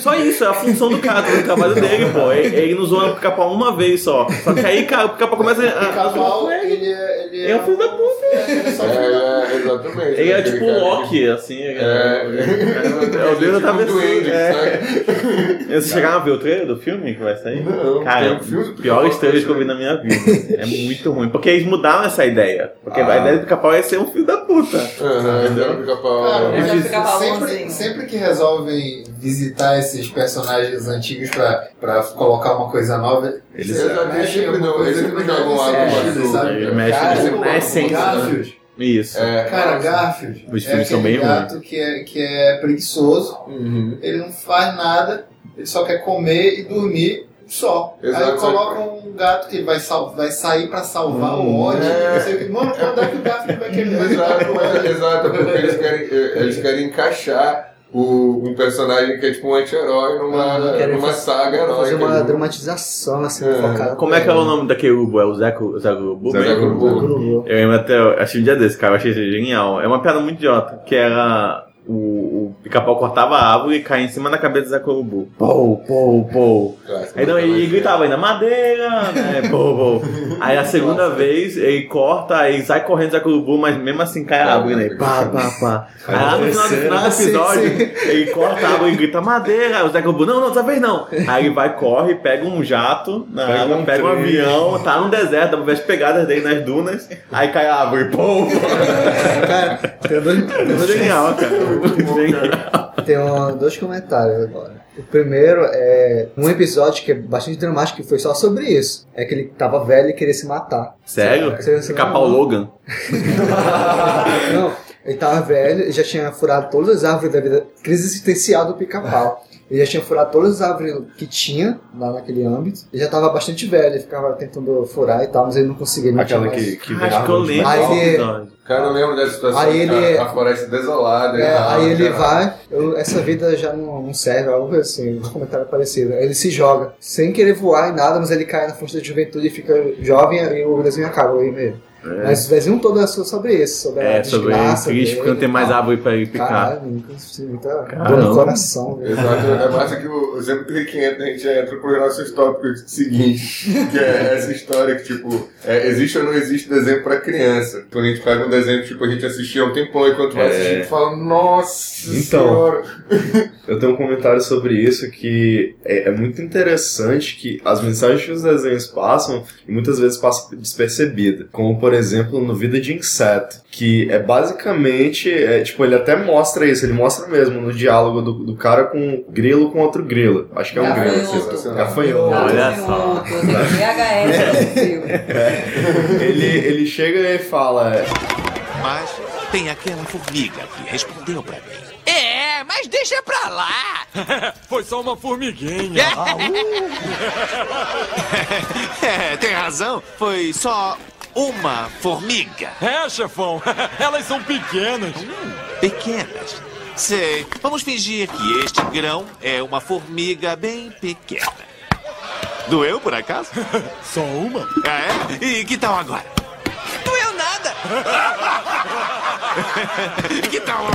[SPEAKER 5] Só isso, é a função do cara, do trabalho dele, pô. Ele, ele nos zoa o pica-pau uma vez só. Só que aí, cara, o pica-pau começa
[SPEAKER 6] O
[SPEAKER 5] a.
[SPEAKER 6] cavalo,
[SPEAKER 5] a
[SPEAKER 6] ele é. Ele
[SPEAKER 5] é um filho da puta.
[SPEAKER 6] ele é só filho da-
[SPEAKER 1] É, exatamente.
[SPEAKER 5] Ele é
[SPEAKER 1] Aquele
[SPEAKER 5] tipo
[SPEAKER 1] cara que-
[SPEAKER 5] um Loki, assim.
[SPEAKER 1] É, [laughs]
[SPEAKER 5] É o Deus
[SPEAKER 1] tipo
[SPEAKER 5] da
[SPEAKER 1] um duende,
[SPEAKER 5] travessura. É.
[SPEAKER 1] sabe?
[SPEAKER 5] Vocês chegaram a ver o trailer do filme que vai sair?
[SPEAKER 1] Não,
[SPEAKER 5] Cara,
[SPEAKER 1] tem um filme do
[SPEAKER 5] piores
[SPEAKER 1] Pica-Pau
[SPEAKER 5] trailers que eu vi
[SPEAKER 1] saindo.
[SPEAKER 5] na minha vida. É muito ruim. Porque eles mudaram essa ideia. Porque a
[SPEAKER 6] Ah.
[SPEAKER 5] ideia do pica-pau é ser um filho da puta.
[SPEAKER 1] Aham,
[SPEAKER 5] Entendeu?
[SPEAKER 1] é o pica-pau.
[SPEAKER 6] Cara,
[SPEAKER 4] Ele
[SPEAKER 6] mas
[SPEAKER 4] já ficava
[SPEAKER 6] sempre,
[SPEAKER 4] bonzinho.
[SPEAKER 6] sempre que resolvem visitar esses personagens antigos pra, pra colocar uma coisa nova,
[SPEAKER 1] Eles sempre
[SPEAKER 6] alguma
[SPEAKER 1] não,
[SPEAKER 6] coisa
[SPEAKER 1] eles sempre
[SPEAKER 6] que não
[SPEAKER 1] jogam
[SPEAKER 6] deve
[SPEAKER 1] água né?
[SPEAKER 5] no
[SPEAKER 6] ser mexida,
[SPEAKER 1] azul,
[SPEAKER 6] sabe?
[SPEAKER 5] eles mexem
[SPEAKER 6] Cara, um
[SPEAKER 1] sempre na
[SPEAKER 6] o
[SPEAKER 5] essência,
[SPEAKER 6] Garfield,
[SPEAKER 5] Isso.
[SPEAKER 1] É.
[SPEAKER 6] Cara, Garfield
[SPEAKER 5] Os
[SPEAKER 6] é
[SPEAKER 5] filmes são
[SPEAKER 6] aquele
[SPEAKER 5] bem
[SPEAKER 6] gato que é, que é preguiçoso,
[SPEAKER 1] Uhum.
[SPEAKER 6] ele não faz nada, ele só quer comer e dormir só.
[SPEAKER 1] Exato.
[SPEAKER 6] Aí colocam um gato que vai, sal- vai sair pra salvar
[SPEAKER 5] Hum.
[SPEAKER 6] o ódio.
[SPEAKER 1] é.
[SPEAKER 6] Não sei o que. Mano, quando é que o Garfield vai querer
[SPEAKER 1] Exato, mas- exato, porque eles querem, eh, eles querem encaixar o, um personagem que é tipo um anti-herói numa,
[SPEAKER 3] Ah, querem
[SPEAKER 1] numa
[SPEAKER 3] fa-
[SPEAKER 1] saga
[SPEAKER 3] Fazer
[SPEAKER 1] heróica.
[SPEAKER 3] uma
[SPEAKER 1] viu?
[SPEAKER 3] dramatização, assim,
[SPEAKER 1] É.
[SPEAKER 3] focada.
[SPEAKER 5] Como é que é o nome daquele urubu? É o Zeco Zeco Urubu?
[SPEAKER 1] Zé
[SPEAKER 5] mesmo?
[SPEAKER 1] Urubu.
[SPEAKER 3] Pô, Bruno,
[SPEAKER 5] Eu lembro até, eu achei um dia desse, cara, eu achei isso genial. É uma piada muito idiota, que era o, o Pica-pau cortava a árvore e caía em cima da cabeça da corubu. Pou, pou, pou.
[SPEAKER 1] Clássico. né?
[SPEAKER 5] Aí não, ele gritava ainda, madeira, né? Pou, pou. Aí a segunda vez ele corta, aí sai correndo da corubu, mas mesmo assim cai a árvore, né? Pá, pá, pá. Aí lá no final, no final do
[SPEAKER 3] Ah, sim,
[SPEAKER 5] episódio,
[SPEAKER 3] sim.
[SPEAKER 5] ele corta a água e grita madeira. Aí o Zé Globo, não, não, dessa vez não. Aí ele vai, corre, pega um jato na
[SPEAKER 2] Pega
[SPEAKER 5] água,
[SPEAKER 2] um
[SPEAKER 5] pega um
[SPEAKER 2] trem.
[SPEAKER 5] avião, tá no deserto, dá pra ver as pegadas dele nas dunas. Aí cai a árvore, pô,
[SPEAKER 3] Cara, tem dois,
[SPEAKER 5] pô. Genial, cara. Muito genial.
[SPEAKER 3] Tem um- dois comentários agora. O primeiro é um episódio que é bastante dramático, que foi só sobre isso. É que ele tava velho e queria se matar.
[SPEAKER 5] Sério?
[SPEAKER 3] Sério,
[SPEAKER 5] Esse Capau
[SPEAKER 3] não.
[SPEAKER 5] Logan.
[SPEAKER 3] Não, ele tava velho e já tinha furado todas as árvores da vida. Crise existencial do pica-pau. Ele já tinha furado todas as árvores que tinha lá naquele âmbito. Ele já tava bastante velho, ele ficava tentando furar e tal, mas ele não conseguia. ele Não
[SPEAKER 2] Aquela
[SPEAKER 3] tinha mais-
[SPEAKER 2] que, que vem
[SPEAKER 5] Acho que eu
[SPEAKER 2] árvore de
[SPEAKER 5] lembro
[SPEAKER 3] Aí
[SPEAKER 5] desse
[SPEAKER 3] ele-
[SPEAKER 5] episódio.
[SPEAKER 1] Cara, eu lembro dessa situação. tá
[SPEAKER 3] Aí ele-
[SPEAKER 1] A, a floresta desolada.
[SPEAKER 3] É,
[SPEAKER 1] errada,
[SPEAKER 3] aí ele
[SPEAKER 1] cara.
[SPEAKER 3] vai, eu- essa vida já não, não serve, algo assim, um comentário parecido. Aí Ele se joga, sem querer voar e nada, mas ele cai na força da juventude e fica jovem e o desenho acaba aí mesmo. Mas o desenho todo é só sobre isso, sobre a
[SPEAKER 5] É, sobre ele,
[SPEAKER 3] desgraça
[SPEAKER 5] triste, porque não
[SPEAKER 3] dele
[SPEAKER 5] tem
[SPEAKER 3] e
[SPEAKER 5] mais
[SPEAKER 3] tal.
[SPEAKER 5] árvore pra ele picar.
[SPEAKER 3] Caralho, nunca senti muita dor
[SPEAKER 5] Caramba.
[SPEAKER 3] no coração. velho.
[SPEAKER 1] Exato, é massa que o, sempre que o Rick entra, a gente entra pros nossos tópicos seguintes, que é essa história que, tipo, é, existe ou não existe desenho pra criança. Quando a gente pega um desenho, tipo, a gente assistia um tempão, e quando vai
[SPEAKER 2] É.
[SPEAKER 1] assistir, a gente fala, nossa
[SPEAKER 2] Então.
[SPEAKER 1] senhora.
[SPEAKER 2] Eu tenho um comentário sobre isso que é, é muito interessante que as mensagens que os desenhos passam e muitas vezes passa despercebida. Como, por exemplo, no Vida de Inseto, que é basicamente, é, tipo, ele até mostra isso, ele mostra mesmo no diálogo do, do cara com o grilo com outro grilo. Acho que é um
[SPEAKER 4] Gafanhoto.
[SPEAKER 2] grilo. Gafanhoto.
[SPEAKER 5] Olha
[SPEAKER 4] Gafanhoto,
[SPEAKER 5] só.
[SPEAKER 1] É.
[SPEAKER 4] VHS, Brasil.
[SPEAKER 2] É. [laughs] Ele, ele chega e fala... é,
[SPEAKER 8] Mas tem aquela formiga que respondeu pra mim. É, mas deixa pra lá.
[SPEAKER 7] [laughs] Foi só uma
[SPEAKER 8] [laughs]
[SPEAKER 7] formiguinha.
[SPEAKER 8] É, tem razão. Foi só uma formiga.
[SPEAKER 7] É, chefão. [laughs] Elas são pequenas.
[SPEAKER 8] Pequenas. Sei. Vamos fingir que este grão é uma formiga bem pequena. Doeu por acaso?
[SPEAKER 7] [laughs] Só uma?
[SPEAKER 8] Ah, é? E que tal agora? Doeu nada. que tal agora?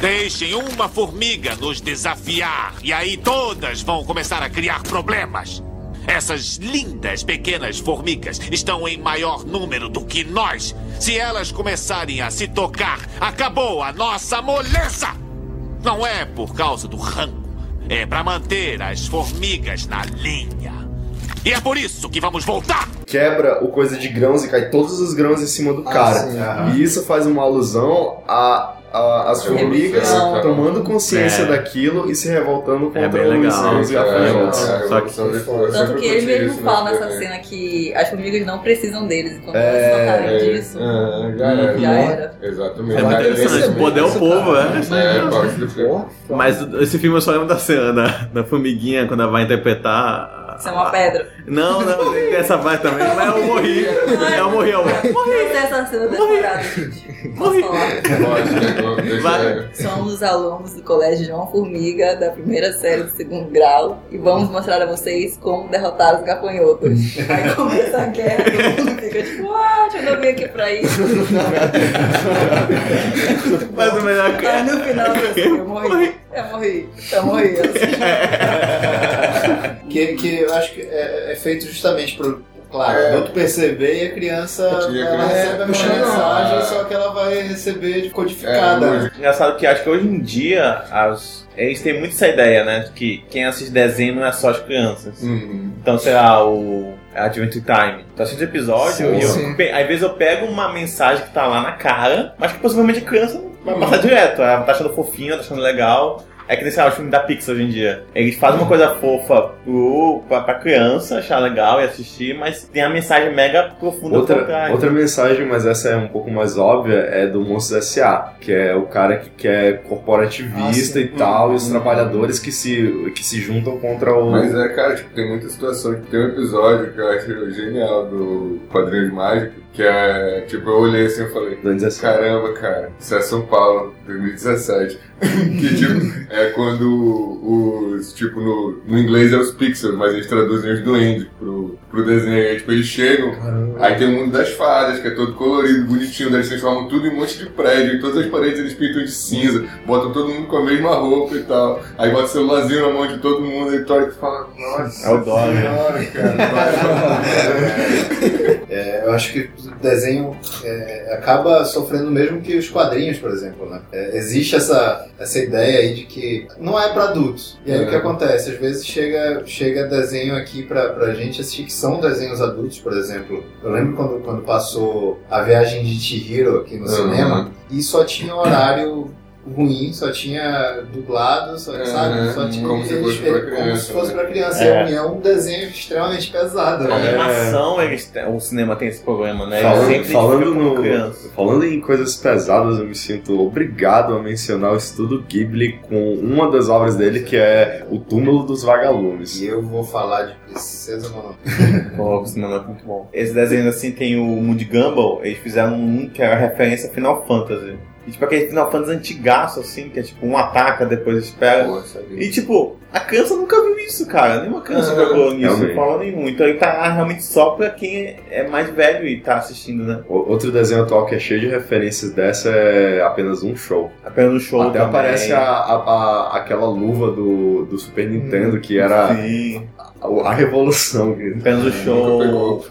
[SPEAKER 8] Deixem uma formiga nos desafiar e aí todas vão começar a criar problemas. Essas lindas pequenas formigas estão em maior número do que nós. Se elas começarem a se tocar, acabou a nossa moleza. Não é por causa do ranco, é para manter as formigas na linha. E é por isso que vamos voltar.
[SPEAKER 2] quebra o coisa de grãos e cai todos os grãos em cima do
[SPEAKER 3] Ah, sim.
[SPEAKER 2] cara. E isso faz uma alusão a, a- as formigas
[SPEAKER 1] Revolução.
[SPEAKER 2] tomando consciência
[SPEAKER 5] É.
[SPEAKER 2] daquilo e se revoltando contra
[SPEAKER 5] É bem legal.
[SPEAKER 2] os
[SPEAKER 1] Cara,
[SPEAKER 2] gafanhotos.
[SPEAKER 1] cara,
[SPEAKER 5] né? Só que-
[SPEAKER 1] são- eu
[SPEAKER 4] Tanto
[SPEAKER 1] sempre
[SPEAKER 4] que eles
[SPEAKER 1] curti
[SPEAKER 4] mesmos
[SPEAKER 1] isso né? É,
[SPEAKER 4] falam
[SPEAKER 1] nesse
[SPEAKER 4] nessa
[SPEAKER 1] desenho.
[SPEAKER 4] cena que as formigas não precisam deles. Enquanto
[SPEAKER 2] É,
[SPEAKER 4] eles notarem
[SPEAKER 1] É,
[SPEAKER 4] disso,
[SPEAKER 1] é, já era.
[SPEAKER 4] já
[SPEAKER 3] Uhum.
[SPEAKER 4] era.
[SPEAKER 1] Exatamente.
[SPEAKER 5] É muito
[SPEAKER 1] Cara,
[SPEAKER 5] interessante.
[SPEAKER 1] esse-
[SPEAKER 5] O poder é o povo,
[SPEAKER 3] né?
[SPEAKER 5] é.
[SPEAKER 1] É, pode explicar.
[SPEAKER 3] Porra,
[SPEAKER 5] Mas esse filme eu só lembro da cena da, da formiguinha quando ela vai interpretar. a-
[SPEAKER 4] Isso é uma pedra.
[SPEAKER 5] Não, não, tem essa parte também. Mas eu morri. Eu morri, eu morri.
[SPEAKER 4] Mas essa é cena demorada, gente. Posso falar?
[SPEAKER 1] Pode, deixa-
[SPEAKER 5] Vai.
[SPEAKER 4] Somos alunos do Colégio João Formiga, da primeira série do segundo grau, e vamos mostrar a vocês como derrotar os gafanhotos. Aí começa a guerra, todo mundo fica tipo, ah, deixa eu vir aqui pra isso.
[SPEAKER 5] Mas o melhor é
[SPEAKER 4] Aí no final eu assim, eu morri, eu morri, eu morri.
[SPEAKER 6] Que, que eu acho que é, é feito justamente pro. Claro,
[SPEAKER 1] É.
[SPEAKER 6] não tu perceber e a criança,
[SPEAKER 1] E a
[SPEAKER 6] ela
[SPEAKER 1] criança
[SPEAKER 6] recebe a
[SPEAKER 1] puxa,
[SPEAKER 6] mensagem,
[SPEAKER 1] não.
[SPEAKER 6] só que ela vai receber
[SPEAKER 1] É,
[SPEAKER 6] codificada.
[SPEAKER 5] Engraçado que acho que hoje em dia as... eles têm muito essa ideia, né? Que quem assiste desenho não é só as crianças.
[SPEAKER 1] Uhum.
[SPEAKER 5] Então, sei lá, o Adventure Time. Tu assiste o episódio
[SPEAKER 3] Sim,
[SPEAKER 5] e eu,
[SPEAKER 3] sim.
[SPEAKER 5] pe- às vezes eu pego uma mensagem que tá lá na cara, mas que possivelmente a criança vai passar direto. Ela tá achando fofinho, ela tá achando legal. É que nem sei lá, o filme da Pixar hoje em dia. Eles fazem uma coisa fofa pro, pra, pra criança achar legal e assistir, mas tem a mensagem mega profunda por
[SPEAKER 2] Outra,
[SPEAKER 5] trás.
[SPEAKER 2] outra mensagem, mas essa é um pouco mais óbvia, é do Monstros S.A., que é o cara que, que é corporativista
[SPEAKER 3] Ah,
[SPEAKER 2] e tal, e os trabalhadores que se, que se juntam contra o.
[SPEAKER 1] Mas um é, cara, tipo, tem muita situação. Tem um episódio que eu acho genial do Padrinho de Mágica, Que é, tipo, eu olhei assim e falei,
[SPEAKER 2] 2017.
[SPEAKER 1] Caramba, cara, isso é São Paulo, 2017. [laughs] que tipo, é quando os, tipo, no, no inglês é os pixels, mas eles traduzem os duendes pro, pro desenho. Aí, tipo, eles chegam, aí tem o mundo das fadas, que é todo colorido, bonitinho, daí eles transformam tudo em um monte de prédio, e todas as paredes eles pintam de cinza, botam todo mundo com a mesma roupa e tal. Aí bota o celularzinho na mão de todo mundo e tu olha e tu fala, nossa,
[SPEAKER 5] É o dólar.
[SPEAKER 1] senhora, cara.
[SPEAKER 6] É, eu acho que o desenho é, acaba sofrendo o mesmo que os quadrinhos, por exemplo. Né? É, existe essa, essa ideia aí de que não é para adultos. E aí o que acontece? Às vezes chega, chega desenho aqui pra, pra gente assistir que são desenhos adultos, por exemplo. Eu lembro quando, quando passou A Viagem de Chihiro aqui no
[SPEAKER 1] Uhum.
[SPEAKER 6] cinema e só tinha horário ruim, só tinha dublado, só,
[SPEAKER 1] É,
[SPEAKER 6] sabe? Só
[SPEAKER 1] né?
[SPEAKER 6] tinha
[SPEAKER 1] Como se fosse pra
[SPEAKER 6] Como
[SPEAKER 1] criança,
[SPEAKER 6] se fosse
[SPEAKER 1] né?
[SPEAKER 6] pra criança.
[SPEAKER 5] É.
[SPEAKER 6] E é um desenho extremamente pesado.
[SPEAKER 5] A
[SPEAKER 6] né?
[SPEAKER 5] animação, eles têm- o cinema tem esse problema, né? Eles
[SPEAKER 2] Falando,
[SPEAKER 5] sempre
[SPEAKER 2] falando,
[SPEAKER 5] ficam com
[SPEAKER 2] no-
[SPEAKER 5] criança.
[SPEAKER 2] falando em coisas pesadas, eu me sinto obrigado a mencionar o estudo Ghibli com uma das obras dele, que é O Túmulo dos Vagalumes.
[SPEAKER 6] E eu vou falar de Princesa Mononoke.
[SPEAKER 5] Pô, o cinema é muito bom. Esse desenho assim tem o Mundo Gumball, eles fizeram um que era referência a Final Fantasy. E tipo aquele Final Fantasy antigaço, assim, que é tipo um ataca, depois espera.
[SPEAKER 1] Pô, sabe?
[SPEAKER 5] É. E tipo, a criança nunca viu isso, cara. Nenhuma criança
[SPEAKER 1] Ah,
[SPEAKER 5] jogou nisso de
[SPEAKER 2] realmente.
[SPEAKER 5] forma nenhuma. Então ele tá realmente só pra quem é mais velho e tá assistindo, né?
[SPEAKER 2] O- Outro desenho atual que é cheio de referências dessa é apenas um show.
[SPEAKER 5] Apenas no show.
[SPEAKER 2] Até
[SPEAKER 5] também.
[SPEAKER 2] aparece a, a- a- aquela luva do, do Super Nintendo, que era
[SPEAKER 5] Sim,
[SPEAKER 2] a, a revolução. que-
[SPEAKER 5] apenas no show.
[SPEAKER 1] Nunca pegou.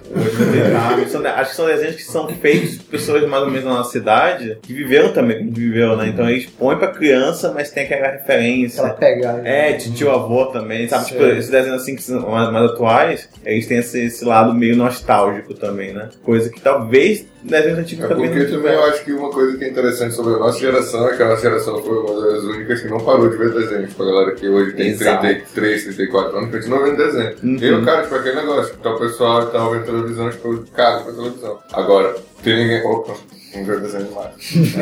[SPEAKER 5] Sabe? São de- Acho que são desenhos que são feitos por pessoas mais ou menos na nossa cidade, que viveram também, como a gente viveu, né? Então eles põem pra criança, mas tem aquela referência.
[SPEAKER 3] Aquela pegada.
[SPEAKER 5] É, de tio avô também, sabe? Tipo,
[SPEAKER 3] Sei.
[SPEAKER 5] esses desenhos assim que são mais, mais atuais, eles têm esse, esse lado meio nostálgico também, né? Coisa que talvez desenhos antigos
[SPEAKER 1] É
[SPEAKER 5] também
[SPEAKER 1] porque
[SPEAKER 5] não
[SPEAKER 1] também eu
[SPEAKER 5] tiveram.
[SPEAKER 1] acho que uma coisa que é interessante sobre a nossa geração é que a nossa geração foi uma das únicas que não parou de ver desenho. Tipo, a galera que hoje tem
[SPEAKER 5] Exato.
[SPEAKER 1] 33, 34 anos, continua vendo desenho.
[SPEAKER 5] Uhum.
[SPEAKER 1] Eu, cara, tipo, aquele negócio, tipo, tá o pessoal que tava vendo televisão, tipo, eu cago pra televisão. Agora, tem ninguém. Opa, não vê desenho demais.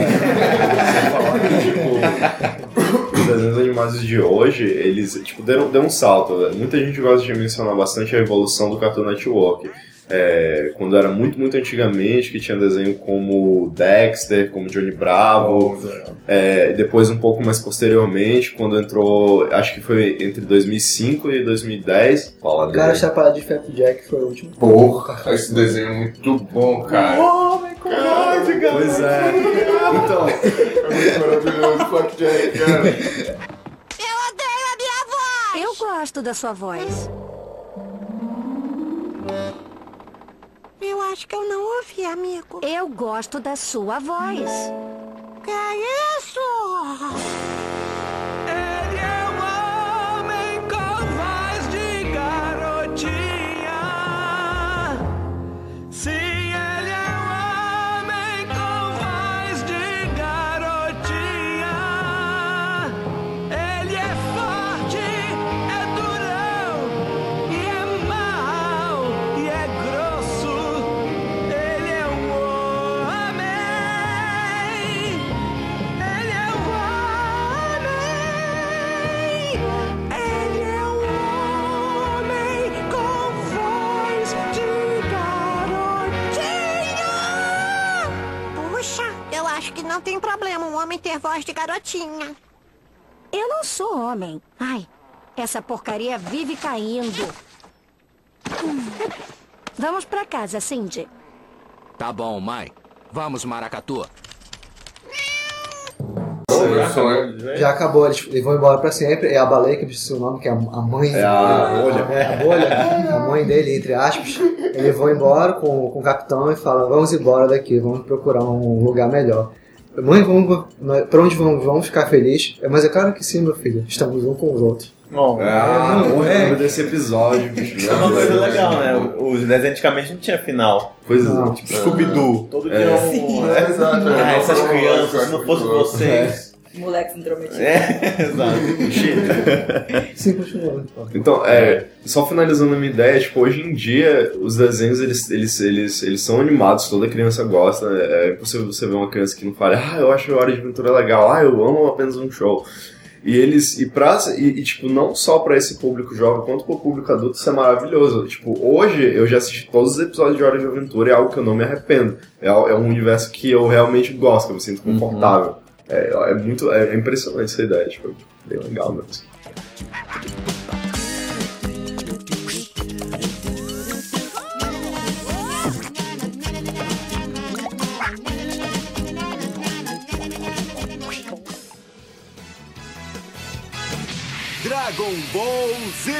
[SPEAKER 2] os desenhos animados de hoje, eles tipo, deram, deram um salto. né? Muita gente gosta de mencionar bastante a evolução do Cartoon Network. É, quando era muito, muito antigamente, que tinha desenho como Dexter, como Johnny Bravo. É, depois, um pouco mais posteriormente, quando entrou, acho que foi entre 2005 e 2010. Fala
[SPEAKER 3] O cara
[SPEAKER 2] dele.
[SPEAKER 3] chapada de Fat Jack foi o último.
[SPEAKER 1] Porra, esse desenho é muito bom, cara.
[SPEAKER 5] Homem com lógica!
[SPEAKER 2] Pois é. Então,
[SPEAKER 1] É muito maravilhoso, Flap Jack, cara.
[SPEAKER 9] Eu gosto da sua voz. Eu acho que eu não ouvi, amigo. Eu gosto da sua voz. Que é isso?
[SPEAKER 7] Ele é um homem com voz de garotinha. Sim, ele é um homem com voz de garotinha. Ele é forte, é durão, e é mau, e é grosso. Ele é um homem. Ele é um homem, ele é um homem com voz de garotinha.
[SPEAKER 9] Puxa, eu acho que não tem problema um homem ter voz de garotinha. Eu não sou homem. Ai, essa porcaria vive caindo. Hum. Vamos pra casa, Cindy.
[SPEAKER 10] Tá bom, mãe. Vamos, Maracatu.
[SPEAKER 1] Meu sonho.
[SPEAKER 3] Já acabou, eles, eles vão embora pra sempre. É a baleia, que eu esqueci o nome, que é a, a mãe.
[SPEAKER 2] É a bolha.
[SPEAKER 3] É, a bolha. A mãe dele, entre aspas. Eles vão embora com, com o capitão e falam: vamos embora daqui, vamos procurar um lugar melhor. Mãe, vamos, nós- pra onde vamos? Vamos ficar felizes? É, Mas é claro que sim, meu filho. Estamos um com os outros.
[SPEAKER 1] né?
[SPEAKER 5] Bom,
[SPEAKER 2] Ah, o nome desse episódio, bicho.
[SPEAKER 5] é uma coisa legal, Tipo, né? Os desenhos antigamente não tinha final.
[SPEAKER 2] Pois é.
[SPEAKER 3] Não. tipo,
[SPEAKER 5] Scooby-Doo. Todo dia é um...
[SPEAKER 1] É, exato. é.
[SPEAKER 5] Ah, essas
[SPEAKER 1] Eu gosto,
[SPEAKER 5] crianças,
[SPEAKER 1] cara,
[SPEAKER 5] se não
[SPEAKER 1] muito
[SPEAKER 5] fosse
[SPEAKER 1] bom.
[SPEAKER 5] vocês.
[SPEAKER 4] um Moleque intrometido.
[SPEAKER 5] É, [laughs] exato.
[SPEAKER 3] Sim, continua. então.
[SPEAKER 2] Então, é, só finalizando a minha ideia, tipo, hoje em dia os desenhos eles, eles, eles, eles são animados, toda criança gosta. né? É impossível você ver uma criança que não fale, ah, eu acho Hora de Aventura legal, ah, eu amo apenas um show. E eles. E, pra, e, e, tipo, não só pra esse público jovem, quanto pro público adulto, isso é maravilhoso. Tipo, hoje eu já assisti todos os episódios de Hora de Aventura e é algo que eu não me arrependo. É, al- é um universo que eu realmente gosto, que eu me sinto confortável. É, é muito. É, é impressionante essa ideia, tipo, bem legal mesmo.
[SPEAKER 7] Dragon Ball Z.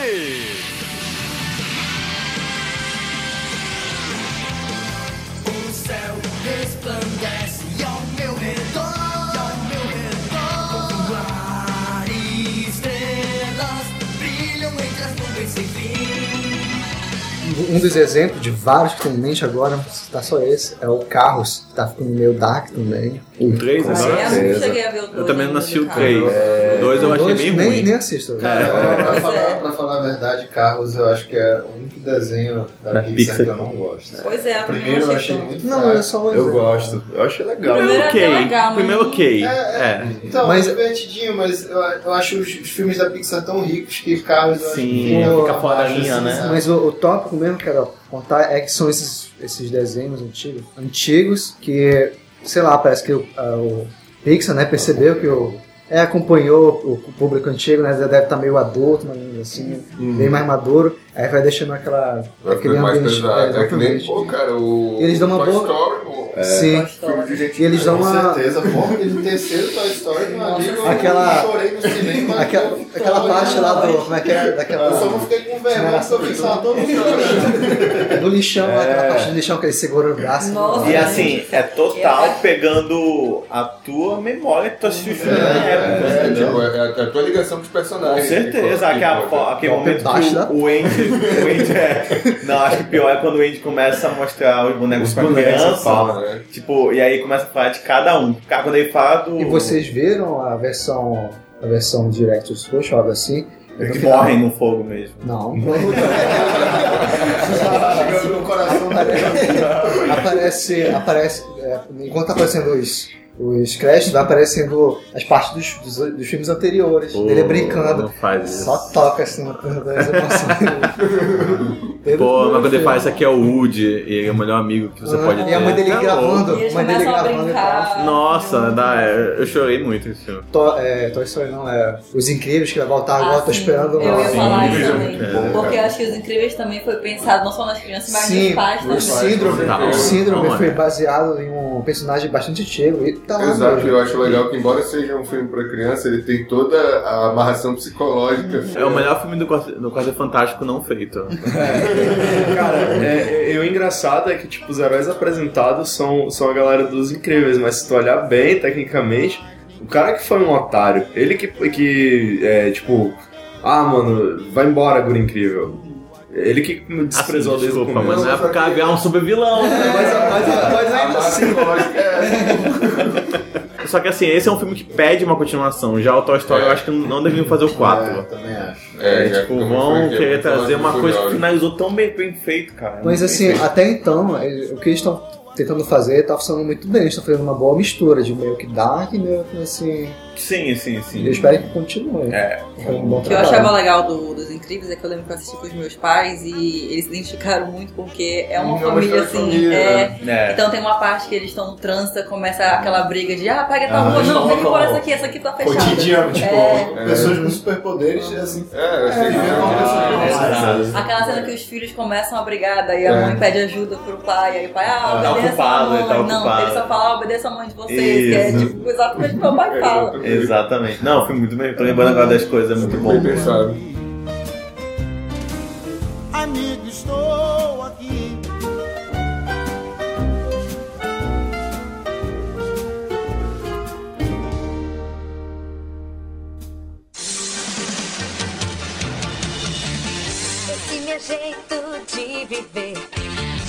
[SPEAKER 3] Um dos exemplos de vários que tem em mente agora, não vou citar só esse, é o Carros, que tá ficando meio dark também.
[SPEAKER 1] Um
[SPEAKER 5] O 3
[SPEAKER 1] né?
[SPEAKER 4] Mas
[SPEAKER 5] agora?
[SPEAKER 4] eu não cheguei a ver o dois,
[SPEAKER 5] Eu também não assisti o
[SPEAKER 4] cara.
[SPEAKER 5] 3. O 2 eu achei
[SPEAKER 3] Dois,
[SPEAKER 5] bem
[SPEAKER 3] nem,
[SPEAKER 5] ruim.
[SPEAKER 3] Nem assisto.
[SPEAKER 6] Cara, pra, pra
[SPEAKER 4] Pois
[SPEAKER 6] falar,
[SPEAKER 4] é.
[SPEAKER 6] pra falar a verdade, Carros eu acho que é o único desenho da
[SPEAKER 5] Da
[SPEAKER 6] Pixar,
[SPEAKER 5] Pixar.
[SPEAKER 6] que eu não gosto.
[SPEAKER 4] Pois é,
[SPEAKER 6] O primeiro eu achei
[SPEAKER 4] tão-
[SPEAKER 6] muito
[SPEAKER 3] Não,
[SPEAKER 6] fraco.
[SPEAKER 3] é só um
[SPEAKER 2] Eu
[SPEAKER 3] exemplo.
[SPEAKER 2] gosto. Eu achei legal.
[SPEAKER 4] Primeiro
[SPEAKER 5] Primeiro
[SPEAKER 4] é
[SPEAKER 5] ok.
[SPEAKER 4] até legal, mas-
[SPEAKER 5] Primeiro ok.
[SPEAKER 6] É, é.
[SPEAKER 5] É.
[SPEAKER 6] Então,
[SPEAKER 3] Mas-
[SPEAKER 6] mas... é divertidinho, mas eu, eu acho os, os filmes da Pixar tão ricos que Carros eu acho
[SPEAKER 5] Sim,
[SPEAKER 6] que
[SPEAKER 5] fica fora da
[SPEAKER 6] abaixo,
[SPEAKER 5] linha, né?
[SPEAKER 6] sabe?
[SPEAKER 3] Mas o, o tópico mesmo que eu quero contar é que são esses, esses desenhos antigos, antigos que, sei lá, parece que o, ah, o Pixar né, percebeu que o, é, acompanhou o, o público antigo, né, já deve estar meio adulto, mais ou menos assim, bem mais maduro, aí vai deixando aquela...
[SPEAKER 1] Uhum. Vai
[SPEAKER 3] aquele
[SPEAKER 1] ficando mais
[SPEAKER 3] ambiente,
[SPEAKER 1] pesado. É que nem,
[SPEAKER 3] exatamente.
[SPEAKER 1] pô, cara, o
[SPEAKER 3] Eles dão uma
[SPEAKER 1] Toy
[SPEAKER 3] boa-
[SPEAKER 1] Story, pô.
[SPEAKER 5] É.
[SPEAKER 3] Sim,
[SPEAKER 1] Filme de gente
[SPEAKER 3] e eles dão
[SPEAKER 6] Com
[SPEAKER 3] uma...
[SPEAKER 6] certeza, pô, aquele terceiro Toy Story, meu amigo, eu
[SPEAKER 3] Aquela-
[SPEAKER 6] chorei no cinema.
[SPEAKER 3] Aquela,
[SPEAKER 6] eu-
[SPEAKER 3] aquela parte lá do... Como é que é? Daquela...
[SPEAKER 6] Eu só
[SPEAKER 2] um
[SPEAKER 6] não fiquei com vergonha, só fiquei só todo chorando.
[SPEAKER 3] Do lixão, aquela parte do lixão que ele segura o braço.
[SPEAKER 4] Nossa.
[SPEAKER 5] É. E assim, é total pegando a tua memória que tu assistiu o filme na época.
[SPEAKER 1] É, tipo, é, é a tua ligação dos personagens. Tipo,
[SPEAKER 5] Com certeza, é
[SPEAKER 1] Que-
[SPEAKER 5] aquela fo- aquele momento
[SPEAKER 3] baixo,
[SPEAKER 5] que
[SPEAKER 3] né?
[SPEAKER 5] o, o Andy. O Andy é, não, acho que pior é quando o Andy começa a mostrar os bonecos
[SPEAKER 2] Os
[SPEAKER 5] pra
[SPEAKER 2] bonecos,
[SPEAKER 5] criança.
[SPEAKER 2] fala,
[SPEAKER 1] né?
[SPEAKER 5] Tipo, e aí começa a falar de cada um. Cara, Quando ele fala do.
[SPEAKER 3] E vocês viram a versão a versão Director's Cut, algo assim?
[SPEAKER 5] Eles É que morrem no fogo mesmo.
[SPEAKER 3] Não.
[SPEAKER 6] Chegando no coração da
[SPEAKER 3] aparece, aparece é, enquanto tá aparecendo os os créditos, vai aparecendo as partes dos, dos, dos filmes anteriores, dele é brincando.
[SPEAKER 5] Não faz isso.
[SPEAKER 3] Só toca assim na coisa das emoções.
[SPEAKER 5] Pô, mas quando ele fala isso aqui é o Woody, e ele é o melhor amigo que você pode ter.
[SPEAKER 3] Ah, E a mãe dele
[SPEAKER 5] Tá
[SPEAKER 3] gravando,
[SPEAKER 5] louco.
[SPEAKER 4] E eles
[SPEAKER 3] mãe dele
[SPEAKER 4] começam a
[SPEAKER 3] gravando e tal.
[SPEAKER 4] brincar.
[SPEAKER 5] Nossa, dá, é, eu chorei muito esse filme.
[SPEAKER 3] To, é, Toy Story não, é Os Incríveis que vai voltar agora, tô
[SPEAKER 4] Ah, sim,
[SPEAKER 3] esperando
[SPEAKER 4] Eu ia
[SPEAKER 3] lá.
[SPEAKER 4] falar
[SPEAKER 1] Sim,
[SPEAKER 4] isso
[SPEAKER 1] é
[SPEAKER 4] também.
[SPEAKER 1] muito bom, cara.
[SPEAKER 4] porque eu acho que os incríveis também foi pensado não só nas crianças, mas
[SPEAKER 3] Sim,
[SPEAKER 4] nos pais
[SPEAKER 3] o
[SPEAKER 4] também.
[SPEAKER 3] síndrome,
[SPEAKER 5] Tá,
[SPEAKER 3] o síndrome
[SPEAKER 5] olha.
[SPEAKER 3] foi baseado em um personagem bastante antigo e tá lá
[SPEAKER 1] Exato,
[SPEAKER 3] mesmo.
[SPEAKER 1] eu acho legal que, embora seja um filme pra criança, ele tem toda a amarração psicológica.
[SPEAKER 5] É o melhor filme do Quase, do Quarteto Fantástico não feito. Assim,
[SPEAKER 2] Cara, é, é- e o engraçado é que, tipo, os heróis apresentados são, são a galera dos incríveis, mas se tu olhar bem, tecnicamente, o cara que foi um otário, ele que, que é, tipo, ah, mano, vai embora, guri incrível. Ele que me desprezou
[SPEAKER 5] Assim,
[SPEAKER 2] desde o
[SPEAKER 5] desculpa,
[SPEAKER 2] começo.
[SPEAKER 5] mas na época havia um supervilão. né?
[SPEAKER 2] Mas, mas- mas
[SPEAKER 1] A
[SPEAKER 2] ainda
[SPEAKER 1] amarra
[SPEAKER 2] assim,
[SPEAKER 1] psicológica é...
[SPEAKER 5] Só que assim, esse é um filme que pede uma continuação. Já o Toy Story eu acho que não deviam fazer o 4.
[SPEAKER 6] Eu também acho.
[SPEAKER 5] É,
[SPEAKER 1] já
[SPEAKER 5] tipo,
[SPEAKER 1] fica muito
[SPEAKER 5] vão
[SPEAKER 1] franquia,
[SPEAKER 5] querer
[SPEAKER 1] muito né? falando
[SPEAKER 5] trazer
[SPEAKER 1] de
[SPEAKER 5] uma coisa que
[SPEAKER 1] Furiosa.
[SPEAKER 5] finalizou tão bem, bem feito, cara.
[SPEAKER 3] Mas
[SPEAKER 5] Bem
[SPEAKER 3] assim,
[SPEAKER 5] feito.
[SPEAKER 3] até então, ele- o que eles estão tentando fazer tá funcionando muito bem, eles estão fazendo uma boa mistura de meio que dark e meio que assim.
[SPEAKER 5] Sim, sim, sim.
[SPEAKER 3] Eu espero que continue.
[SPEAKER 5] É.
[SPEAKER 3] Foi um bom
[SPEAKER 4] O que eu
[SPEAKER 3] trabalho.
[SPEAKER 4] achava legal do- dos Incríveis é que eu lembro que eu assisti com os meus pais e eles se identificaram muito porque é
[SPEAKER 1] Hum,
[SPEAKER 4] uma
[SPEAKER 1] é uma
[SPEAKER 4] família
[SPEAKER 1] história
[SPEAKER 4] assim.
[SPEAKER 1] de família,
[SPEAKER 4] é,
[SPEAKER 3] né?
[SPEAKER 5] É.
[SPEAKER 4] Então tem uma parte que eles estão no trânsito, começa aquela briga de ah, pega essa
[SPEAKER 5] Ah,
[SPEAKER 4] rua, não,
[SPEAKER 5] não,
[SPEAKER 4] vem embora
[SPEAKER 5] não.
[SPEAKER 4] essa aqui, essa aqui tá fechada.
[SPEAKER 6] Cotidiano, tipo,
[SPEAKER 4] É,
[SPEAKER 6] pessoas com superpoderes, assim,
[SPEAKER 1] É, eu sei que
[SPEAKER 6] vivendo uma pessoa normais.
[SPEAKER 5] É.
[SPEAKER 4] aquela cena que os filhos começam a brigar, daí
[SPEAKER 3] É.
[SPEAKER 4] a mãe pede ajuda pro pai, aí o pai, ah,
[SPEAKER 5] Tá
[SPEAKER 4] obedeça
[SPEAKER 5] ocupado,
[SPEAKER 4] a mãe.
[SPEAKER 5] ele tá
[SPEAKER 4] não,
[SPEAKER 5] ocupado.
[SPEAKER 4] ele só fala, ah, obedeça a mãe de vocês, que é
[SPEAKER 5] Isso. É,
[SPEAKER 4] tipo exatamente o que meu pai fala.
[SPEAKER 5] Exatamente. Não, foi muito bem. Tô lembrando agora das coisas, é muito bom.
[SPEAKER 1] Bem pensado.
[SPEAKER 7] Amigo, estou aqui.
[SPEAKER 9] Esse meu jeito de viver,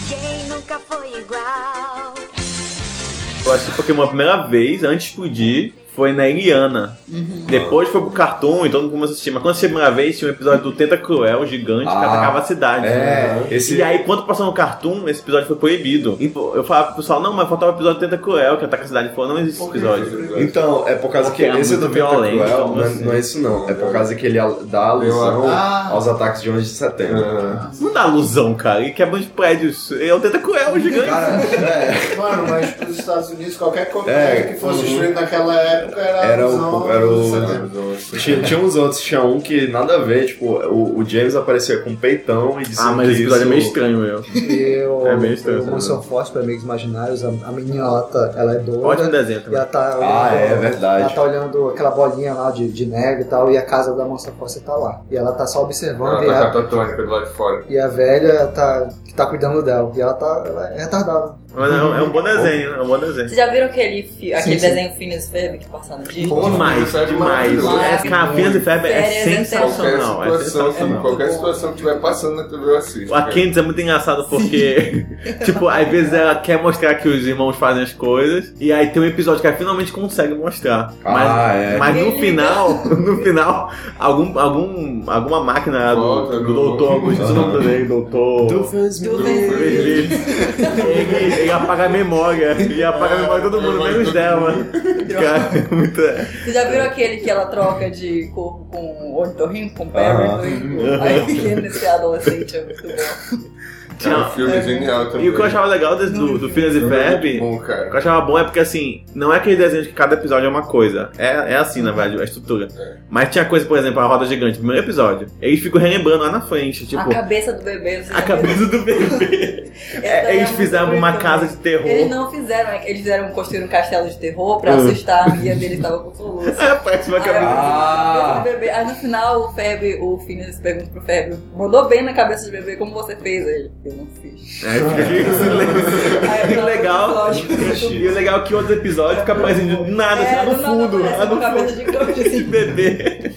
[SPEAKER 9] quem nunca foi igual?
[SPEAKER 5] Eu assisti Pokémon a primeira vez, antes de explodir. foi na Eliana. Depois foi pro cartoon, então mundo começou a assistir. Mas quando chegou a primeira vez, tinha um episódio do Tenta Cruel, gigante, que
[SPEAKER 2] Ah.
[SPEAKER 5] atacava a cidade.
[SPEAKER 2] É, esse.
[SPEAKER 5] E aí, quando passou no cartoon, esse episódio foi proibido. E, pô, Eu falava pro pessoal, não, mas faltava o episódio do Tenta Cruel, que ataca a cidade. Ele falou, não existe esse episódio.
[SPEAKER 2] Então, é por causa
[SPEAKER 5] Porque
[SPEAKER 2] que
[SPEAKER 5] era
[SPEAKER 2] esse
[SPEAKER 5] muito
[SPEAKER 2] do Tenta
[SPEAKER 5] violento,
[SPEAKER 2] Cruel
[SPEAKER 5] então,
[SPEAKER 2] não, é-
[SPEAKER 5] assim.
[SPEAKER 2] não é isso não. É por causa que ele al- dá alusão aos ataques de 11 de setembro.
[SPEAKER 5] Não dá alusão, cara. Ele quebra uns prédios. Ele é o Tenta Cruel, gigante.
[SPEAKER 6] Mano, mas pros Estados Unidos, qualquer
[SPEAKER 2] É,
[SPEAKER 6] coisa que
[SPEAKER 5] Uhum.
[SPEAKER 6] fosse destruído naquela época era.
[SPEAKER 2] [laughs] Era
[SPEAKER 6] alusão
[SPEAKER 2] o. Era
[SPEAKER 6] ao setembro.
[SPEAKER 2] o tinha, tinha uns outros, tinha um que nada a ver, tipo, o, o James aparecia com peitão e disse
[SPEAKER 5] Ah, mas
[SPEAKER 2] que
[SPEAKER 5] esse episódio é
[SPEAKER 2] isso-
[SPEAKER 5] meio estranho, meu.
[SPEAKER 3] E o,
[SPEAKER 5] É meio estranho,
[SPEAKER 3] o Mansão Forte para Amigos Imaginários, a, a minhota, ela é doida.
[SPEAKER 5] Ótimo desenho
[SPEAKER 3] E
[SPEAKER 5] também.
[SPEAKER 3] ela tá olhando,
[SPEAKER 2] Ah, é verdade.
[SPEAKER 3] Ela tá olhando aquela bolinha lá de, de neve e tal, e a casa da Mansão Forte tá lá. E ela tá só observando,
[SPEAKER 1] Ela
[SPEAKER 3] e,
[SPEAKER 1] tá
[SPEAKER 3] a,
[SPEAKER 1] catatônica do lado de fora.
[SPEAKER 3] e a velha tá, que tá cuidando dela. E ela tá ela é retardada.
[SPEAKER 5] Mas é um, é um bom desenho, é um bom desenho.
[SPEAKER 4] Vocês já viram aquele, fi- aquele
[SPEAKER 3] sim.
[SPEAKER 4] desenho Phineas e Ferb que passava no Disney?
[SPEAKER 1] Porra,
[SPEAKER 5] Demais,
[SPEAKER 1] isso é
[SPEAKER 5] demais.
[SPEAKER 1] maravilhoso.
[SPEAKER 5] É, cara, Phineas e Ferb é
[SPEAKER 4] Férias é
[SPEAKER 1] Qualquer
[SPEAKER 5] sensacional. É
[SPEAKER 1] situação, assim,
[SPEAKER 5] sensacional.
[SPEAKER 1] qualquer situação que estiver passando na TV eu assisto.
[SPEAKER 5] A
[SPEAKER 1] cara.
[SPEAKER 5] Candice é muito engraçado porque, [laughs] tipo, às vezes ela quer mostrar que os irmãos fazem as coisas, e aí tem um episódio que ela finalmente consegue mostrar. Mas,
[SPEAKER 2] Ah, é.
[SPEAKER 5] mas no
[SPEAKER 4] Ele- [laughs]
[SPEAKER 5] final, [laughs] no final, algum, algum, alguma máquina do,
[SPEAKER 1] Volta,
[SPEAKER 5] do
[SPEAKER 1] do-
[SPEAKER 5] doutor Augusto, o nome dele, doutor.
[SPEAKER 4] Tudo
[SPEAKER 5] Ele,
[SPEAKER 4] bem.
[SPEAKER 5] ele- ele apaga a memória, ele apaga a memória de todo mundo, menos dela. Cara, é muito.
[SPEAKER 4] Vocês já viram aquele que ela troca de corpo com o ornitorrinco, com o
[SPEAKER 5] Ah.
[SPEAKER 4] Perry?
[SPEAKER 5] Uhum.
[SPEAKER 4] Aí ele nesse adolescente é muito bom.
[SPEAKER 1] É um
[SPEAKER 5] Tinha-
[SPEAKER 1] filme genial também.
[SPEAKER 5] E o que eu achava legal desse, do, do Phineas e Ferb
[SPEAKER 1] Bom,
[SPEAKER 5] O que eu
[SPEAKER 1] cara.
[SPEAKER 5] achava bom é porque assim, não é aquele desenho que cada episódio é uma coisa. É, é assim, na verdade, a estrutura.
[SPEAKER 1] É.
[SPEAKER 5] Mas tinha coisa, por exemplo, a roda gigante, no primeiro episódio. Eles ficam relembrando lá na frente, tipo,
[SPEAKER 4] a cabeça do bebê. vocês
[SPEAKER 5] [laughs] a
[SPEAKER 4] já
[SPEAKER 5] cabeça do bebê.
[SPEAKER 4] viram? Essa
[SPEAKER 5] É,
[SPEAKER 4] daí é
[SPEAKER 5] eles
[SPEAKER 4] muito
[SPEAKER 5] fizeram uma
[SPEAKER 4] bonita.
[SPEAKER 5] casa de
[SPEAKER 4] Eles
[SPEAKER 5] terror.
[SPEAKER 4] não fizeram, é que eles fizeram construir um castelo de terror pra
[SPEAKER 5] Hum.
[SPEAKER 4] assustar a amiga dele que tava com
[SPEAKER 5] [laughs]
[SPEAKER 4] soluço.
[SPEAKER 5] É, parece uma
[SPEAKER 4] Aí, eu-
[SPEAKER 5] cabeça.
[SPEAKER 4] cabeça do bebê. Aí no final o Feb, o Phineas pergunta pro Feb, mandou bem na cabeça do bebê, como você fez? Aí ele, eu não fiz.
[SPEAKER 5] É, fica em
[SPEAKER 2] é.
[SPEAKER 5] silêncio.
[SPEAKER 4] Aí,
[SPEAKER 5] E o legal.
[SPEAKER 4] episódio,
[SPEAKER 5] E o legal é que outro episódio fica aparecendo de nada,
[SPEAKER 4] É,
[SPEAKER 5] assim, lá
[SPEAKER 4] do
[SPEAKER 5] no
[SPEAKER 4] nada
[SPEAKER 5] fundo.
[SPEAKER 4] aparece
[SPEAKER 5] Lá no
[SPEAKER 4] uma cabeça
[SPEAKER 5] fundo.
[SPEAKER 4] gigante,
[SPEAKER 5] Esse
[SPEAKER 4] assim.
[SPEAKER 5] bebê.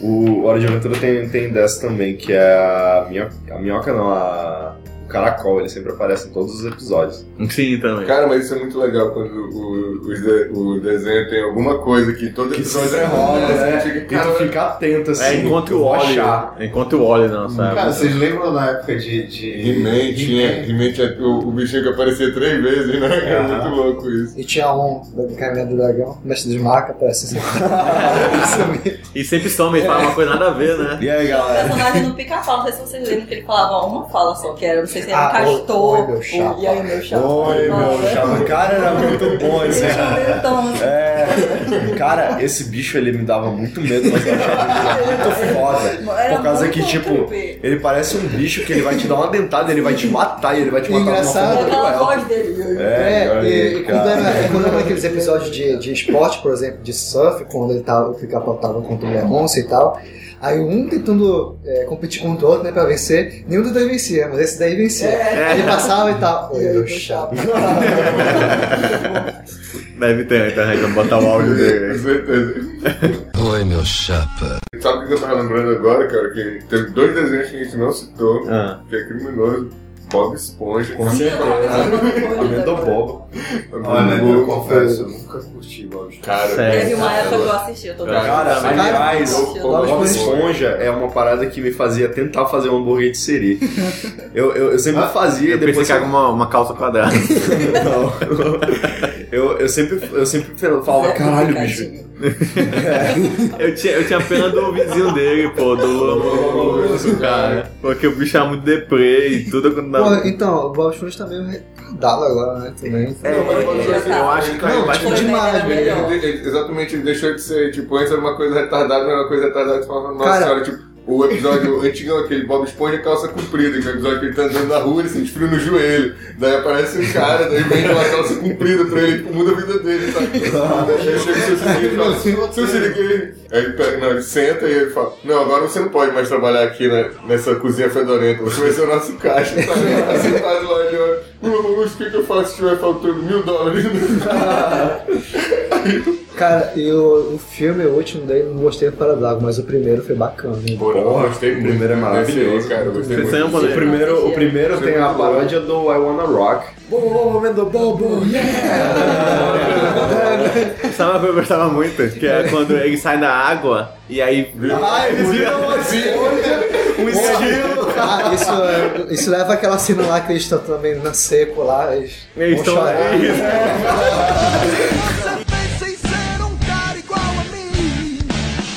[SPEAKER 2] O Hora de Aventura tem, tem dessa também, que é a minhoca, a minhoca não, a, o caracol, ele sempre aparece em todos os episódios.
[SPEAKER 5] Sim, também.
[SPEAKER 1] Cara, mas isso é muito legal quando o, o, os de- o desenho tem alguma coisa que todo episódio é rola, né? Você fica,
[SPEAKER 2] E tu
[SPEAKER 1] cara,
[SPEAKER 2] fica atento, assim.
[SPEAKER 5] É, encontra o
[SPEAKER 2] vou
[SPEAKER 5] óleo. tá
[SPEAKER 2] achar. Hum.
[SPEAKER 5] Encontra o óleo, não, sabe?
[SPEAKER 6] Cara, vocês lembram na época de. de...
[SPEAKER 1] He-Man tinha,
[SPEAKER 6] He-Man?
[SPEAKER 1] He-Man tinha o, o bichinho que aparecia três vezes, né? É muito louco isso.
[SPEAKER 3] E tinha um da Caminha do Dragão, mestre de maca, parece assim.
[SPEAKER 5] E sempre some, ele fala uma coisa nada a ver, né?
[SPEAKER 2] E aí,
[SPEAKER 4] O
[SPEAKER 2] galera?
[SPEAKER 4] personagem do pica-pau, não sei se vocês lembram que ele falava uma fala só, que era, não sei se era
[SPEAKER 3] Ah,
[SPEAKER 4] um castor,
[SPEAKER 3] oi, oi, meu chapa.
[SPEAKER 4] ou- e aí meu chapa.
[SPEAKER 2] Oi, meu chapa. Cara, era muito bom esse
[SPEAKER 4] Eles não viram
[SPEAKER 2] então,
[SPEAKER 4] tão-
[SPEAKER 2] assim, É, cara, esse bicho ele me dava muito medo, mas eu achava ele muito foda.
[SPEAKER 4] Era
[SPEAKER 2] é, Por causa
[SPEAKER 4] muito
[SPEAKER 2] que, tipo,
[SPEAKER 4] creepy.
[SPEAKER 2] ele parece um bicho que ele vai te dar uma dentada, ele vai te matar, e ele vai te
[SPEAKER 3] E
[SPEAKER 2] matar
[SPEAKER 3] engraçado-
[SPEAKER 2] de uma forma
[SPEAKER 4] Aquela
[SPEAKER 2] cruel.
[SPEAKER 4] voz dele.
[SPEAKER 2] É,
[SPEAKER 3] É,
[SPEAKER 2] olha
[SPEAKER 3] e,
[SPEAKER 2] aí,
[SPEAKER 3] e quando,
[SPEAKER 2] cara.
[SPEAKER 3] era, quando era [laughs] aqueles episódios de, de esporte, por exemplo, de surf, quando ele tava, o pica-pau tava contra o Leonce e tal, aí um tentando é, competir contra o outro, né, pra vencer, nenhum dos dois vencia, mas esse daí vencia. Aí Ele passava e tal. Oi, meu chapa.
[SPEAKER 5] Deve ter, então, né? Vamos botar o áudio dele.
[SPEAKER 1] Com certeza.
[SPEAKER 10] Oi, meu chapa.
[SPEAKER 1] Sabe o que eu tava lembrando agora, cara? Que teve dois desenhos que a gente não citou,
[SPEAKER 5] Ah.
[SPEAKER 1] que é criminoso. Bob Esponja. é um Com
[SPEAKER 2] Amendo bobo.
[SPEAKER 6] Olha,
[SPEAKER 1] Bob-
[SPEAKER 6] eu confesso,
[SPEAKER 1] é,
[SPEAKER 6] eu nunca curti Bob Esponja.
[SPEAKER 1] Cara,
[SPEAKER 5] Sério.
[SPEAKER 4] Teve uma época que eu assisti, eu tô
[SPEAKER 1] Cara,
[SPEAKER 2] Cara,
[SPEAKER 1] Cara,
[SPEAKER 2] aliás,
[SPEAKER 4] Bob
[SPEAKER 2] Bob
[SPEAKER 1] Esponja.
[SPEAKER 2] Esponja é uma parada que me fazia tentar fazer um hambúrguer de siri. Eu, eu, eu sempre fazia e
[SPEAKER 5] Ah, Eu pensei
[SPEAKER 2] depois
[SPEAKER 5] que era uma, uma calça
[SPEAKER 2] [laughs]
[SPEAKER 5] quadrada.
[SPEAKER 2] Não. Eu, eu sempre, eu sempre falava, caralho, bicho.
[SPEAKER 4] assim,
[SPEAKER 5] Eu tinha, eu tinha pena do vizinho dele, pô, do Lula cara. Porque o bicho era muito deprê e tudo quando
[SPEAKER 3] Pô,
[SPEAKER 5] dava.
[SPEAKER 3] então, o Bob Esponja tá meio retardado agora, né, também.
[SPEAKER 5] É, eu acho que caiu
[SPEAKER 3] Não,
[SPEAKER 5] bastante.
[SPEAKER 3] tipo, demais,
[SPEAKER 1] Ele- ele- ele- exatamente, ele deixou de ser, tipo, antes era uma coisa retardada, era uma coisa retardada, você falava, nossa
[SPEAKER 3] Cara.
[SPEAKER 1] senhora, tipo, o [laughs] episódio antigo, aquele Bob Esponja calça comprida, que é o episódio que ele tá andando na rua, ele sente frio no joelho, daí aparece um cara, daí vende uma calça comprida pra ele, tipo, muda a vida dele, [laughs] sabe? Daí Ah, ele chega no seu sirico e fala, seu sirico, ele... Aí ele, pega, não, ele senta e ele fala, não, agora você não pode mais trabalhar aqui né, nessa cozinha fedorenta, você vai ser o nosso caixa, sabe? Ele tá sentado lá, ele [laughs] olha, "Ô, Lúcio, o que que eu faço se tiver faltando mil dólares?
[SPEAKER 3] Cara, eu, o filme, o último daí, eu não gostei para d'água, mas o primeiro foi bacana. hein?
[SPEAKER 1] Porra, eu gostei muito.
[SPEAKER 2] o primeiro é
[SPEAKER 1] desse
[SPEAKER 2] maravilhoso.
[SPEAKER 1] aí, cara, eu gostei
[SPEAKER 5] Vocês
[SPEAKER 1] muito.
[SPEAKER 5] amam,
[SPEAKER 2] O
[SPEAKER 5] né?
[SPEAKER 2] primeiro, o primeiro tem a paródia do I Wanna Rock. Bobo, bobo, vendo bobo, yeah!
[SPEAKER 5] É. Sabe o que eu gostava muito? Que é quando ele sai da água e aí.
[SPEAKER 2] Ah, eles viram assim, um estilo.
[SPEAKER 3] Ah, isso, isso leva aquela cena lá que eles estão também na seco lá. Eles,
[SPEAKER 5] Eles
[SPEAKER 3] vão
[SPEAKER 5] estão.
[SPEAKER 3] chorar.
[SPEAKER 6] é
[SPEAKER 7] Pense em ser um cara igual a mim.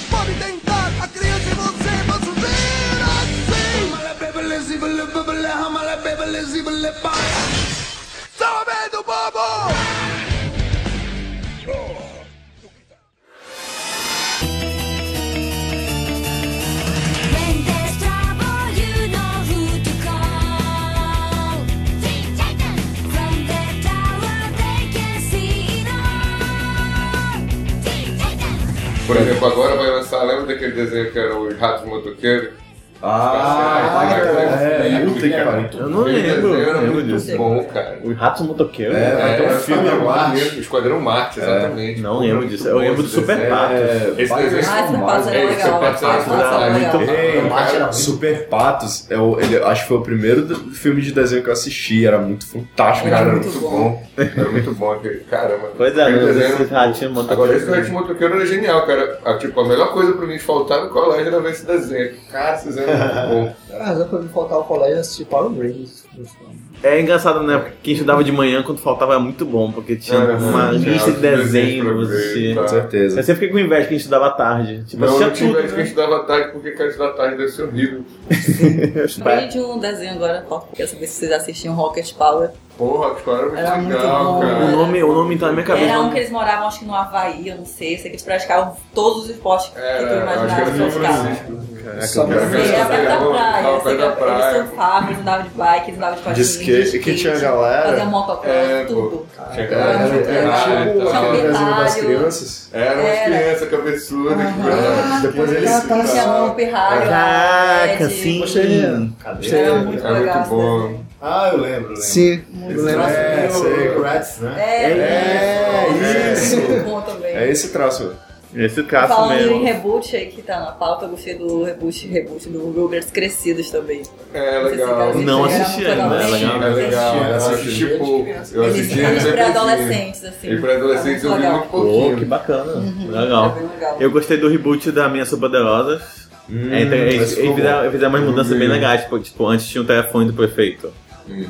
[SPEAKER 7] Pode tentar, acredite em você, vou subir assim. Sou bem do bobo!
[SPEAKER 1] Por exemplo, agora vai lançar, lembra daquele desenho que era os ratos motoqueiros?
[SPEAKER 2] Ah, é, puta que pariu.
[SPEAKER 5] Eu não lembro.
[SPEAKER 1] Desenho era
[SPEAKER 5] eu lembro
[SPEAKER 1] muito
[SPEAKER 5] disso.
[SPEAKER 1] bom, cara.
[SPEAKER 5] Os ratos motoqueiros?
[SPEAKER 2] É, vai ter
[SPEAKER 1] era
[SPEAKER 2] um filme
[SPEAKER 1] Esquadrão
[SPEAKER 2] agora.
[SPEAKER 1] Marte, o Esquadrão Marte, exatamente.
[SPEAKER 5] Não lembro disso. Eu lembro do Super Patos.
[SPEAKER 2] É,
[SPEAKER 1] Esse desenho
[SPEAKER 4] Ah, esse
[SPEAKER 2] Patos.
[SPEAKER 4] passo era
[SPEAKER 1] É, esse
[SPEAKER 4] legal.
[SPEAKER 1] passo era
[SPEAKER 4] Esse passo
[SPEAKER 1] legal.
[SPEAKER 4] era legal.
[SPEAKER 2] Ei,
[SPEAKER 1] Marte era muito-
[SPEAKER 2] Super Patos, é o- ele- acho que foi o primeiro do- filme de desenho que eu assisti, era muito fantástico,
[SPEAKER 4] Era
[SPEAKER 1] Cara,
[SPEAKER 2] cara.
[SPEAKER 1] era
[SPEAKER 4] muito
[SPEAKER 1] muito bom. Era muito bom aquele. Caramba.
[SPEAKER 5] Pois é,
[SPEAKER 1] Aquele
[SPEAKER 5] lembro
[SPEAKER 1] desenho
[SPEAKER 5] desses ratinhos
[SPEAKER 1] Agora, esse Red
[SPEAKER 5] motoqueiros.
[SPEAKER 1] Motoqueiro era genial, cara. A, tipo, a melhor coisa pra mim de faltar no colégio era ver esse desenho. Cara, esse desenho era muito bom.
[SPEAKER 3] Ah, já foi me faltar o colégio e assistir Power Rangers.
[SPEAKER 5] É engraçado, né? Porque quem estudava de manhã, quando faltava, era muito bom, porque tinha
[SPEAKER 1] Era
[SPEAKER 5] uma
[SPEAKER 1] muito
[SPEAKER 5] lista de
[SPEAKER 1] legal, tinha
[SPEAKER 5] desenhos pra
[SPEAKER 1] desenho pra
[SPEAKER 5] você.
[SPEAKER 1] ver, tá.
[SPEAKER 2] Com certeza.
[SPEAKER 5] Eu sempre fiquei com inveja quem estudava à tarde. Tipo,
[SPEAKER 1] Não, eu
[SPEAKER 5] assistia
[SPEAKER 1] não tive
[SPEAKER 5] tudo.
[SPEAKER 1] que estudava tarde porque cara estudar tarde deve ser horrível.
[SPEAKER 4] Lembrei de um desenho agora, ó, quero saber se vocês assistiam Rocket Power.
[SPEAKER 1] Porra, claro, era muito
[SPEAKER 4] Era muito
[SPEAKER 1] legal,
[SPEAKER 4] bom.
[SPEAKER 5] O
[SPEAKER 1] cara.
[SPEAKER 5] nome, o nome tá na minha cabeça.
[SPEAKER 4] Era um que eles moravam, acho que no Havaí, eu não sei. Eu sei que eles praticavam todos os esportes que tu
[SPEAKER 1] Era, É, acho que
[SPEAKER 4] imaginava
[SPEAKER 1] era
[SPEAKER 4] que
[SPEAKER 1] São
[SPEAKER 4] eles praticavam.
[SPEAKER 1] Francisco.
[SPEAKER 3] Só
[SPEAKER 2] É, cara.
[SPEAKER 3] pra-
[SPEAKER 4] Sim, era perto da
[SPEAKER 1] Tava
[SPEAKER 4] praia. Eu
[SPEAKER 1] perto
[SPEAKER 4] sei que
[SPEAKER 1] da praia.
[SPEAKER 4] eles surfavam, eles andavam de bike, eles andavam de patinho,
[SPEAKER 2] De skate, que tinha galera. É,
[SPEAKER 4] Fazia motocross,
[SPEAKER 1] É,
[SPEAKER 4] tudo.
[SPEAKER 1] Tinha
[SPEAKER 2] Era,
[SPEAKER 1] galera de
[SPEAKER 2] era,
[SPEAKER 1] terraço e
[SPEAKER 2] tipo
[SPEAKER 1] tal.
[SPEAKER 2] aquele desenho das
[SPEAKER 4] Tinha um
[SPEAKER 2] crianças.
[SPEAKER 1] Era umas crianças cabeçudas que é tipo,
[SPEAKER 2] Ah, Depois eles.
[SPEAKER 3] Ah, tá.
[SPEAKER 4] Tinha
[SPEAKER 2] então.
[SPEAKER 4] um pirralho lá, é,
[SPEAKER 5] Caraca,
[SPEAKER 4] de-
[SPEAKER 5] sim.
[SPEAKER 3] Gostei.
[SPEAKER 4] Era
[SPEAKER 3] Gostei.
[SPEAKER 4] muito
[SPEAKER 1] É muito
[SPEAKER 4] legal. esse
[SPEAKER 1] bom.
[SPEAKER 4] desenho.
[SPEAKER 6] Ah, eu lembro, lembro.
[SPEAKER 3] Sim, eu lembro.
[SPEAKER 2] É,
[SPEAKER 6] É,
[SPEAKER 2] sei.
[SPEAKER 6] o Rats, né?
[SPEAKER 4] É,
[SPEAKER 2] É, isso.
[SPEAKER 4] Muito bom também.
[SPEAKER 2] É esse traço, velho.
[SPEAKER 5] Esse traço
[SPEAKER 4] Falando
[SPEAKER 5] mesmo.
[SPEAKER 4] em reboot aí que tá na pauta, eu gostei do reboot, reboot do Rugrats Crescidos também.
[SPEAKER 1] É
[SPEAKER 4] Não sei se
[SPEAKER 1] legal.
[SPEAKER 4] vocês
[SPEAKER 5] Não
[SPEAKER 4] chegaram
[SPEAKER 5] assisti
[SPEAKER 4] muito
[SPEAKER 5] ainda,
[SPEAKER 4] legal.
[SPEAKER 5] é legal.
[SPEAKER 1] É legal. Eu assisti
[SPEAKER 6] Assistia de
[SPEAKER 1] pouco.
[SPEAKER 6] criança.
[SPEAKER 1] Eu
[SPEAKER 4] Eles,
[SPEAKER 1] assisti
[SPEAKER 4] eles
[SPEAKER 1] depois de- [laughs]
[SPEAKER 4] pré-adolescentes, assim.
[SPEAKER 1] E pra adolescentes eu vi
[SPEAKER 4] Legal.
[SPEAKER 1] muito
[SPEAKER 5] Pô, que
[SPEAKER 1] pouquinho.
[SPEAKER 5] bacana.
[SPEAKER 4] É
[SPEAKER 5] Legal.
[SPEAKER 4] bem legal.
[SPEAKER 5] Eu gostei do reboot da Minha Superpoderosas. É,
[SPEAKER 2] Hum,
[SPEAKER 5] então, eles, eles fizeram, eles fizeram umas mudanças bem legais. Tipo, tipo, antes tinha um telefone do prefeito.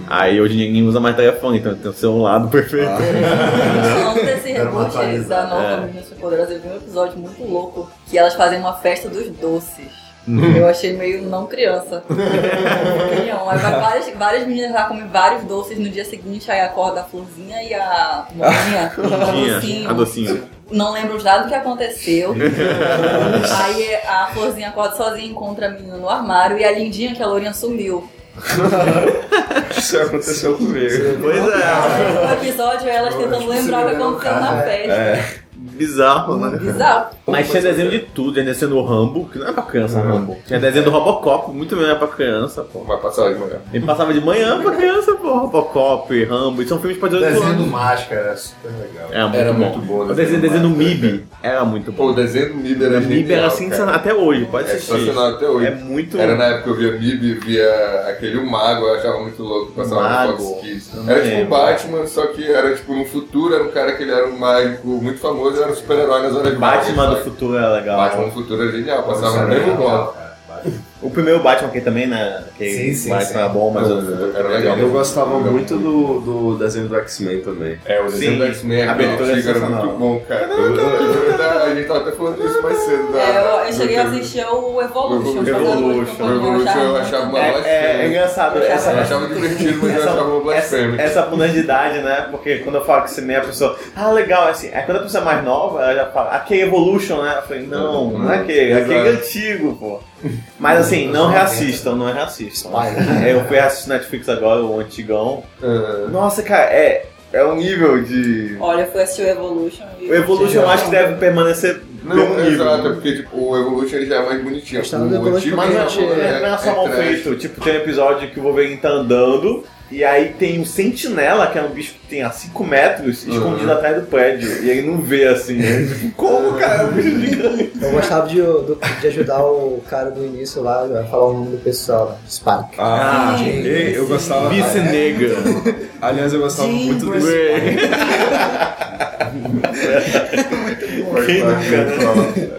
[SPEAKER 5] Aí hoje ninguém usa mais telefone, então tem o celular do prefeito.
[SPEAKER 4] Falando desse
[SPEAKER 6] Era uma
[SPEAKER 4] reboot tá? da
[SPEAKER 6] atualizada.
[SPEAKER 4] nova Meninas Superpoderosas, eu vi um episódio muito louco que elas fazem uma festa dos doces. Eu achei meio não criança. Opinião. Aí vai várias, várias meninas lá comem vários doces no dia seguinte, aí acorda a florzinha e a morinha,
[SPEAKER 5] Tinha,
[SPEAKER 4] docinho.
[SPEAKER 5] a docinho.
[SPEAKER 4] Não lembro os dados do que aconteceu. aí a florzinha acorda sozinha, encontra a menina no armário e a lindinha, que é a lourinha, sumiu.
[SPEAKER 2] Isso aconteceu comigo.
[SPEAKER 5] Pois é,
[SPEAKER 4] O episódio é elas tentando lembrar o que aconteceu na festa.
[SPEAKER 5] bizarro, né?
[SPEAKER 4] Bizarro.
[SPEAKER 5] Mas tinha desenho de tudo, tinha desenho do Rambo, que não é pra criança, né?
[SPEAKER 2] Rambo.
[SPEAKER 5] Tinha desenho do Robocop, muito melhor pra criança, pô.
[SPEAKER 1] Vai passar de manhã.
[SPEAKER 5] Ele passava de manhã pra criança, pô. Robocop, Rambo, isso é um filme pra 18
[SPEAKER 6] Desenho do
[SPEAKER 5] anos.
[SPEAKER 6] Máscara,
[SPEAKER 2] é
[SPEAKER 6] era super legal.
[SPEAKER 5] Era muito
[SPEAKER 1] Era
[SPEAKER 5] bom.
[SPEAKER 1] muito bom.
[SPEAKER 5] O desenho, desenho do Mib era muito
[SPEAKER 1] Pô,
[SPEAKER 5] bom.
[SPEAKER 1] o desenho do Mib
[SPEAKER 5] O
[SPEAKER 1] era
[SPEAKER 5] Mib
[SPEAKER 1] genial,
[SPEAKER 5] era
[SPEAKER 1] cara.
[SPEAKER 5] sensacional é até hoje, pode
[SPEAKER 1] É
[SPEAKER 5] assistir.
[SPEAKER 1] sensacional até hoje.
[SPEAKER 5] É muito.
[SPEAKER 1] Era na época que eu via Mib, via aquele O Mago, eu achava muito louco, passava no
[SPEAKER 5] Mago.
[SPEAKER 1] Fox Kids.
[SPEAKER 5] Eu não
[SPEAKER 1] Era tipo o
[SPEAKER 5] lembro.
[SPEAKER 1] Batman, só que era tipo no futuro, era um cara que ele era um mágico muito famoso, era um super-herói nas horas
[SPEAKER 5] Batman
[SPEAKER 1] vagas, sabe?
[SPEAKER 5] do futuro era legal.
[SPEAKER 1] Batman do futuro é era genial, passava
[SPEAKER 6] Era
[SPEAKER 1] no mesmo
[SPEAKER 6] legal,
[SPEAKER 1] bloco.
[SPEAKER 6] cara.
[SPEAKER 5] O primeiro Batman aqui também, né? Que
[SPEAKER 6] Sim, sim,
[SPEAKER 5] Batman
[SPEAKER 6] sim.
[SPEAKER 5] era bom, mas.
[SPEAKER 1] Era- era legal.
[SPEAKER 2] Eu gostava muito do, do desenho do X-Men também.
[SPEAKER 1] É, o desenho
[SPEAKER 5] Sim,
[SPEAKER 1] do X-Men
[SPEAKER 5] a
[SPEAKER 1] aquele
[SPEAKER 5] abertura é
[SPEAKER 1] antigo era
[SPEAKER 5] sensacional.
[SPEAKER 1] muito bom, cara. Eu- eu- eu- [laughs] A gente tava até falando disso mais cedo. da-
[SPEAKER 4] É, eu, eu
[SPEAKER 1] do
[SPEAKER 4] cheguei a
[SPEAKER 1] filme.
[SPEAKER 4] assistir o Evolution.
[SPEAKER 5] Evolution,
[SPEAKER 4] Evolution,
[SPEAKER 1] Evolution, eu achava uma
[SPEAKER 5] É, é, é
[SPEAKER 1] blasfêmia.
[SPEAKER 5] engraçado.
[SPEAKER 1] Eu
[SPEAKER 5] Essa,
[SPEAKER 1] achava divertido, mas eu
[SPEAKER 5] essa,
[SPEAKER 1] achava uma
[SPEAKER 5] essa,
[SPEAKER 1] blasfêmia.
[SPEAKER 5] essa puberdade, né? Porque quando eu falo que cinema, a pessoa, ah, legal, é assim. Aí quando a pessoa é mais nova, ela já fala, aquele Evolution, né? Eu falei, não, não é aquele, é aquele
[SPEAKER 1] Uhum. Exato.
[SPEAKER 5] antigo, pô. Mas assim,
[SPEAKER 6] Uhum.
[SPEAKER 5] não reassistam, não reassistam.
[SPEAKER 6] Vai.
[SPEAKER 5] É, Eu fui assistir Netflix agora, o antigão.
[SPEAKER 1] Ah,
[SPEAKER 5] Nossa, cara, é, é um nível de.
[SPEAKER 4] Olha, eu fui assistir o Evolution e.
[SPEAKER 5] O Evolution eu acho que deve permanecer
[SPEAKER 1] Não,
[SPEAKER 5] bem nível.
[SPEAKER 1] exato, é porque tipo, o Evolution ele já é mais bonitinho.
[SPEAKER 3] Gostava do
[SPEAKER 1] O
[SPEAKER 3] Evolution
[SPEAKER 1] antigo é
[SPEAKER 5] Mas não,
[SPEAKER 1] já
[SPEAKER 5] não é, não é só mal
[SPEAKER 1] trash.
[SPEAKER 5] feito. Tipo, tem um episódio que o Wolverine tá andando. E aí tem um sentinela, que é um bicho que tem a 5 metros, escondido atrás do prédio. E ele não vê assim. né? Tipo, Como, cara? É um bicho gigante.
[SPEAKER 3] Eu gostava de, do- de ajudar o cara do início lá né, a falar o nome do pessoal, né? Spike.
[SPEAKER 2] Ah,
[SPEAKER 4] Sim,
[SPEAKER 2] ei, eu gostava.
[SPEAKER 5] Vice nega.
[SPEAKER 2] Aliás, eu gostava
[SPEAKER 3] Sim,
[SPEAKER 2] muito do
[SPEAKER 5] Ué. Quem nunca, né?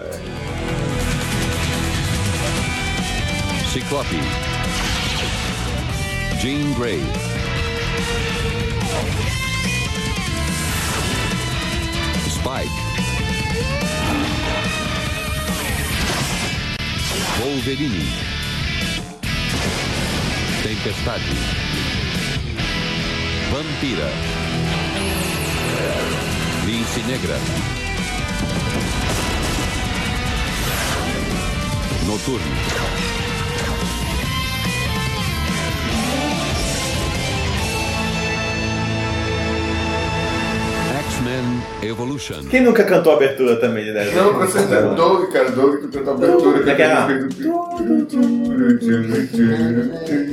[SPEAKER 10] Ciclope. Jean Grey. Spike. Wolverine. Tempestade. Vampira. Lince Negra. Noturno. X-Men Evolution.
[SPEAKER 5] Quem nunca cantou a abertura também né? de Death?
[SPEAKER 1] Não, com certeza. O Doug, cara, o Doug que canta a abertura.
[SPEAKER 5] Como é que é?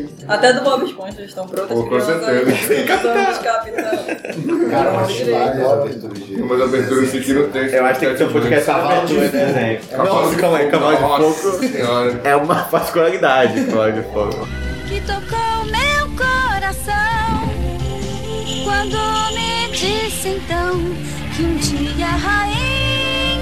[SPEAKER 1] é?
[SPEAKER 4] Até do Bob Esponja eles estão prontos.
[SPEAKER 1] Pô, com certeza.
[SPEAKER 4] Somos capitão.
[SPEAKER 6] Cara, eu acho
[SPEAKER 4] direito.
[SPEAKER 6] várias aberturas de.
[SPEAKER 1] Mas a abertura seguindo o texto.
[SPEAKER 5] Eu acho que tem que ter um podcast só pra abertura de desenho. Não, calma aí, calma aí.
[SPEAKER 1] Nossa senhora.
[SPEAKER 5] É uma particularidade, Cláudio Fogo.
[SPEAKER 9] que tocou meu coração quando me disse então que um dia rainha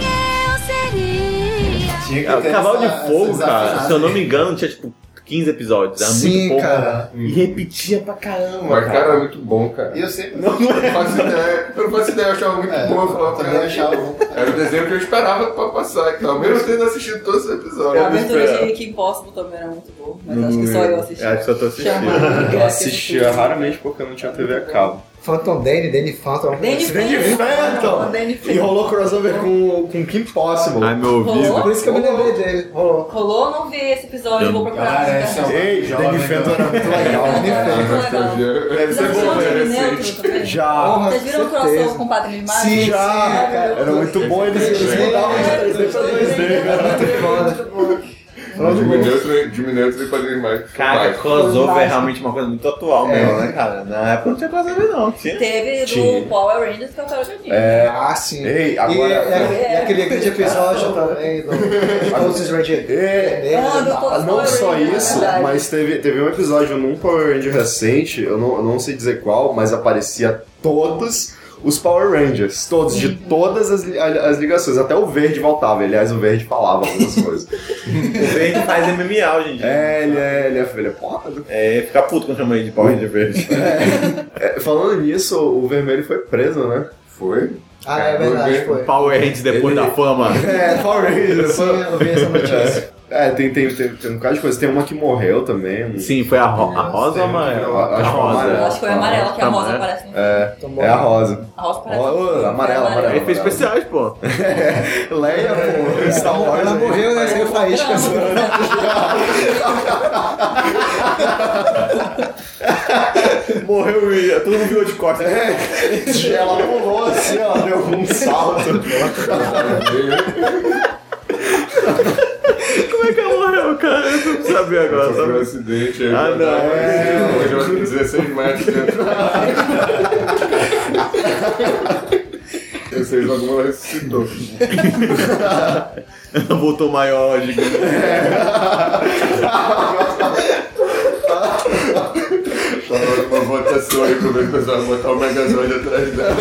[SPEAKER 9] eu seria.
[SPEAKER 6] Tinha que ter
[SPEAKER 5] É, Cavalo
[SPEAKER 6] essa-
[SPEAKER 5] de Fogo,
[SPEAKER 6] essas
[SPEAKER 5] cara,
[SPEAKER 6] aberturas.
[SPEAKER 5] se eu não me engano, tinha tipo 15 episódios. Era muito pouco.
[SPEAKER 3] cara.
[SPEAKER 5] E repetia pra caramba.
[SPEAKER 1] Mas, cara, é muito bom, cara.
[SPEAKER 6] E eu sempre.
[SPEAKER 5] Não, não é.
[SPEAKER 1] Eu não faço ideia, eu não faço ideia, eu achava muito
[SPEAKER 6] É,
[SPEAKER 1] bom. Eu falava,
[SPEAKER 6] também
[SPEAKER 1] cara,
[SPEAKER 6] achava bom.
[SPEAKER 1] Era o desenho que eu esperava pra passar, então, mesmo tendo assistido todos os
[SPEAKER 4] A
[SPEAKER 1] episódios.
[SPEAKER 4] aventura de Kim Possible também era muito boa, mas acho que só eu assisti.
[SPEAKER 5] Acho que só tô assistindo.
[SPEAKER 4] Chama-
[SPEAKER 2] Eu assistia raramente porque eu não tinha TV a cabo.
[SPEAKER 3] Phantom Danny, Danny Phantom.
[SPEAKER 4] Danny Phantom.
[SPEAKER 2] Phantom.
[SPEAKER 4] Danny
[SPEAKER 2] E
[SPEAKER 4] Phantom.
[SPEAKER 2] rolou crossover com, com Kim Possible.
[SPEAKER 1] Ah,
[SPEAKER 5] Ai, meu ouvido.
[SPEAKER 3] Por isso que eu me lembrei dele. Rolou.
[SPEAKER 4] Rolou, não vi esse episódio, vou procurar. é
[SPEAKER 6] Ah,
[SPEAKER 4] na
[SPEAKER 6] essa é
[SPEAKER 4] internet.
[SPEAKER 6] uma-
[SPEAKER 2] Ei,
[SPEAKER 6] jovem,
[SPEAKER 2] Danny Phantom
[SPEAKER 6] né?
[SPEAKER 2] era muito legal.
[SPEAKER 4] Danny
[SPEAKER 1] Ah,
[SPEAKER 4] Phantom.
[SPEAKER 1] nostalgia.
[SPEAKER 4] Vocês
[SPEAKER 1] Deve ser
[SPEAKER 4] assistiram
[SPEAKER 1] bom,
[SPEAKER 4] o
[SPEAKER 1] é
[SPEAKER 4] Terminento
[SPEAKER 1] recente.
[SPEAKER 4] também?
[SPEAKER 2] Já.
[SPEAKER 3] Porra,
[SPEAKER 4] Vocês viram o crossover
[SPEAKER 3] certeza.
[SPEAKER 4] com o Padre Animado?
[SPEAKER 3] Sim,
[SPEAKER 2] Já,
[SPEAKER 3] sim,
[SPEAKER 2] cara. Era muito bom eles, eles mudavam de 3D pra 2D, cara.
[SPEAKER 3] Muito foda.
[SPEAKER 1] Jimmy Neutron- Jimmy Neutron e Padre Mike.
[SPEAKER 5] Cara,
[SPEAKER 1] Mike.
[SPEAKER 5] crossover é realmente uma coisa muito atual mesmo,
[SPEAKER 2] É.
[SPEAKER 5] né, cara? Na época não tinha crossover,
[SPEAKER 2] [laughs]
[SPEAKER 5] não. Tinha.
[SPEAKER 4] Teve do
[SPEAKER 2] Tinha.
[SPEAKER 4] Power Rangers que é o Carol Jardim.
[SPEAKER 3] Ah, sim.
[SPEAKER 2] Ei,
[SPEAKER 3] E, é-
[SPEAKER 2] agora.
[SPEAKER 3] e- e aquele grande episódio também
[SPEAKER 4] [laughs]
[SPEAKER 3] do de todos os Rangers.
[SPEAKER 2] É,
[SPEAKER 3] né?
[SPEAKER 4] Ah, do Power
[SPEAKER 2] não só
[SPEAKER 4] Rangers,
[SPEAKER 2] isso,
[SPEAKER 4] é verdade.
[SPEAKER 2] mas teve, teve um episódio num Power Ranger recente, eu não, eu não sei dizer qual, mas aparecia todos os Power Rangers, todos, de todas as, li- as ligações, até o verde voltava, aliás, o verde falava algumas coisas.
[SPEAKER 5] O verde faz MMA hoje em dia.
[SPEAKER 2] É, ele é, ele é, ele é porra.
[SPEAKER 5] É, fica puto quando chama ele de Power
[SPEAKER 2] [laughs]
[SPEAKER 5] Ranger verde.
[SPEAKER 2] É, falando nisso, o vermelho foi preso, né? Foi?
[SPEAKER 3] Ah, é verdade, foi.
[SPEAKER 5] Power Rangers depois
[SPEAKER 2] Ele-
[SPEAKER 5] da fama.
[SPEAKER 2] É, Power Ranger.
[SPEAKER 3] Sim, eu vi essa notícia.
[SPEAKER 2] É, tem, tem, tem, tem um bocado de coisa, tem uma que morreu também. um-
[SPEAKER 5] Sim, foi a, ro a rosa ou a
[SPEAKER 2] Eu
[SPEAKER 5] amarela?
[SPEAKER 2] acho
[SPEAKER 5] A
[SPEAKER 2] que foi
[SPEAKER 5] rosa.
[SPEAKER 2] amarela.
[SPEAKER 4] Eu acho que foi
[SPEAKER 2] Ah,
[SPEAKER 4] amarela, que a
[SPEAKER 5] tá
[SPEAKER 4] rosa
[SPEAKER 5] amarela.
[SPEAKER 4] aparece no
[SPEAKER 3] Tomou.
[SPEAKER 2] É a Rosa.
[SPEAKER 4] A rosa
[SPEAKER 2] Ô,
[SPEAKER 4] aparece no
[SPEAKER 2] ô, amarela, amarela.
[SPEAKER 5] Ele fez especiais, pô.
[SPEAKER 2] [laughs] Leia, pô. [laughs] Star Wars.
[SPEAKER 3] Ela
[SPEAKER 2] aí.
[SPEAKER 3] morreu, né?
[SPEAKER 4] é
[SPEAKER 3] Saiu faísca.
[SPEAKER 5] né? Morreu
[SPEAKER 2] é
[SPEAKER 5] e todo mundo viu de costas.
[SPEAKER 2] Ela pulou assim, ó, deu um salto.
[SPEAKER 5] Como é que ela morreu, cara? Eu não sabia agora.
[SPEAKER 1] Sofreu um
[SPEAKER 5] sabe?
[SPEAKER 1] acidente aí. um
[SPEAKER 5] Ah, não, é.
[SPEAKER 1] Hoje eu acho que 16 metros. Eu sei, logo ela ressuscitou.
[SPEAKER 5] Ela voltou maior, gigante.
[SPEAKER 1] Tava numa votação aí pra ver se pessoal vai botar o Megazord atrás dela.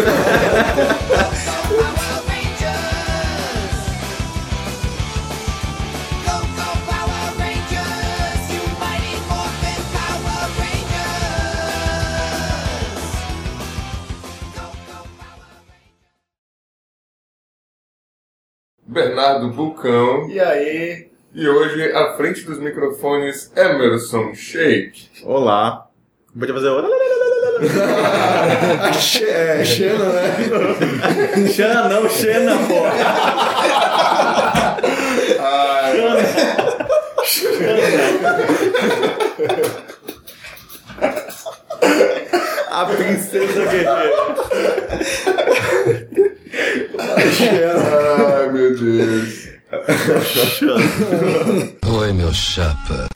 [SPEAKER 1] Bernardo Vulcão.
[SPEAKER 2] E aí?
[SPEAKER 1] E hoje, à frente dos microfones, Emerson Shake.
[SPEAKER 5] Olá. Podia fazer outra.
[SPEAKER 2] A Xe- é, Xena, né?
[SPEAKER 5] Xana, não, Xena, pô. A princesa guerreira.
[SPEAKER 1] Ai, meu Deus.
[SPEAKER 5] Xana.
[SPEAKER 10] Oi, meu chapa.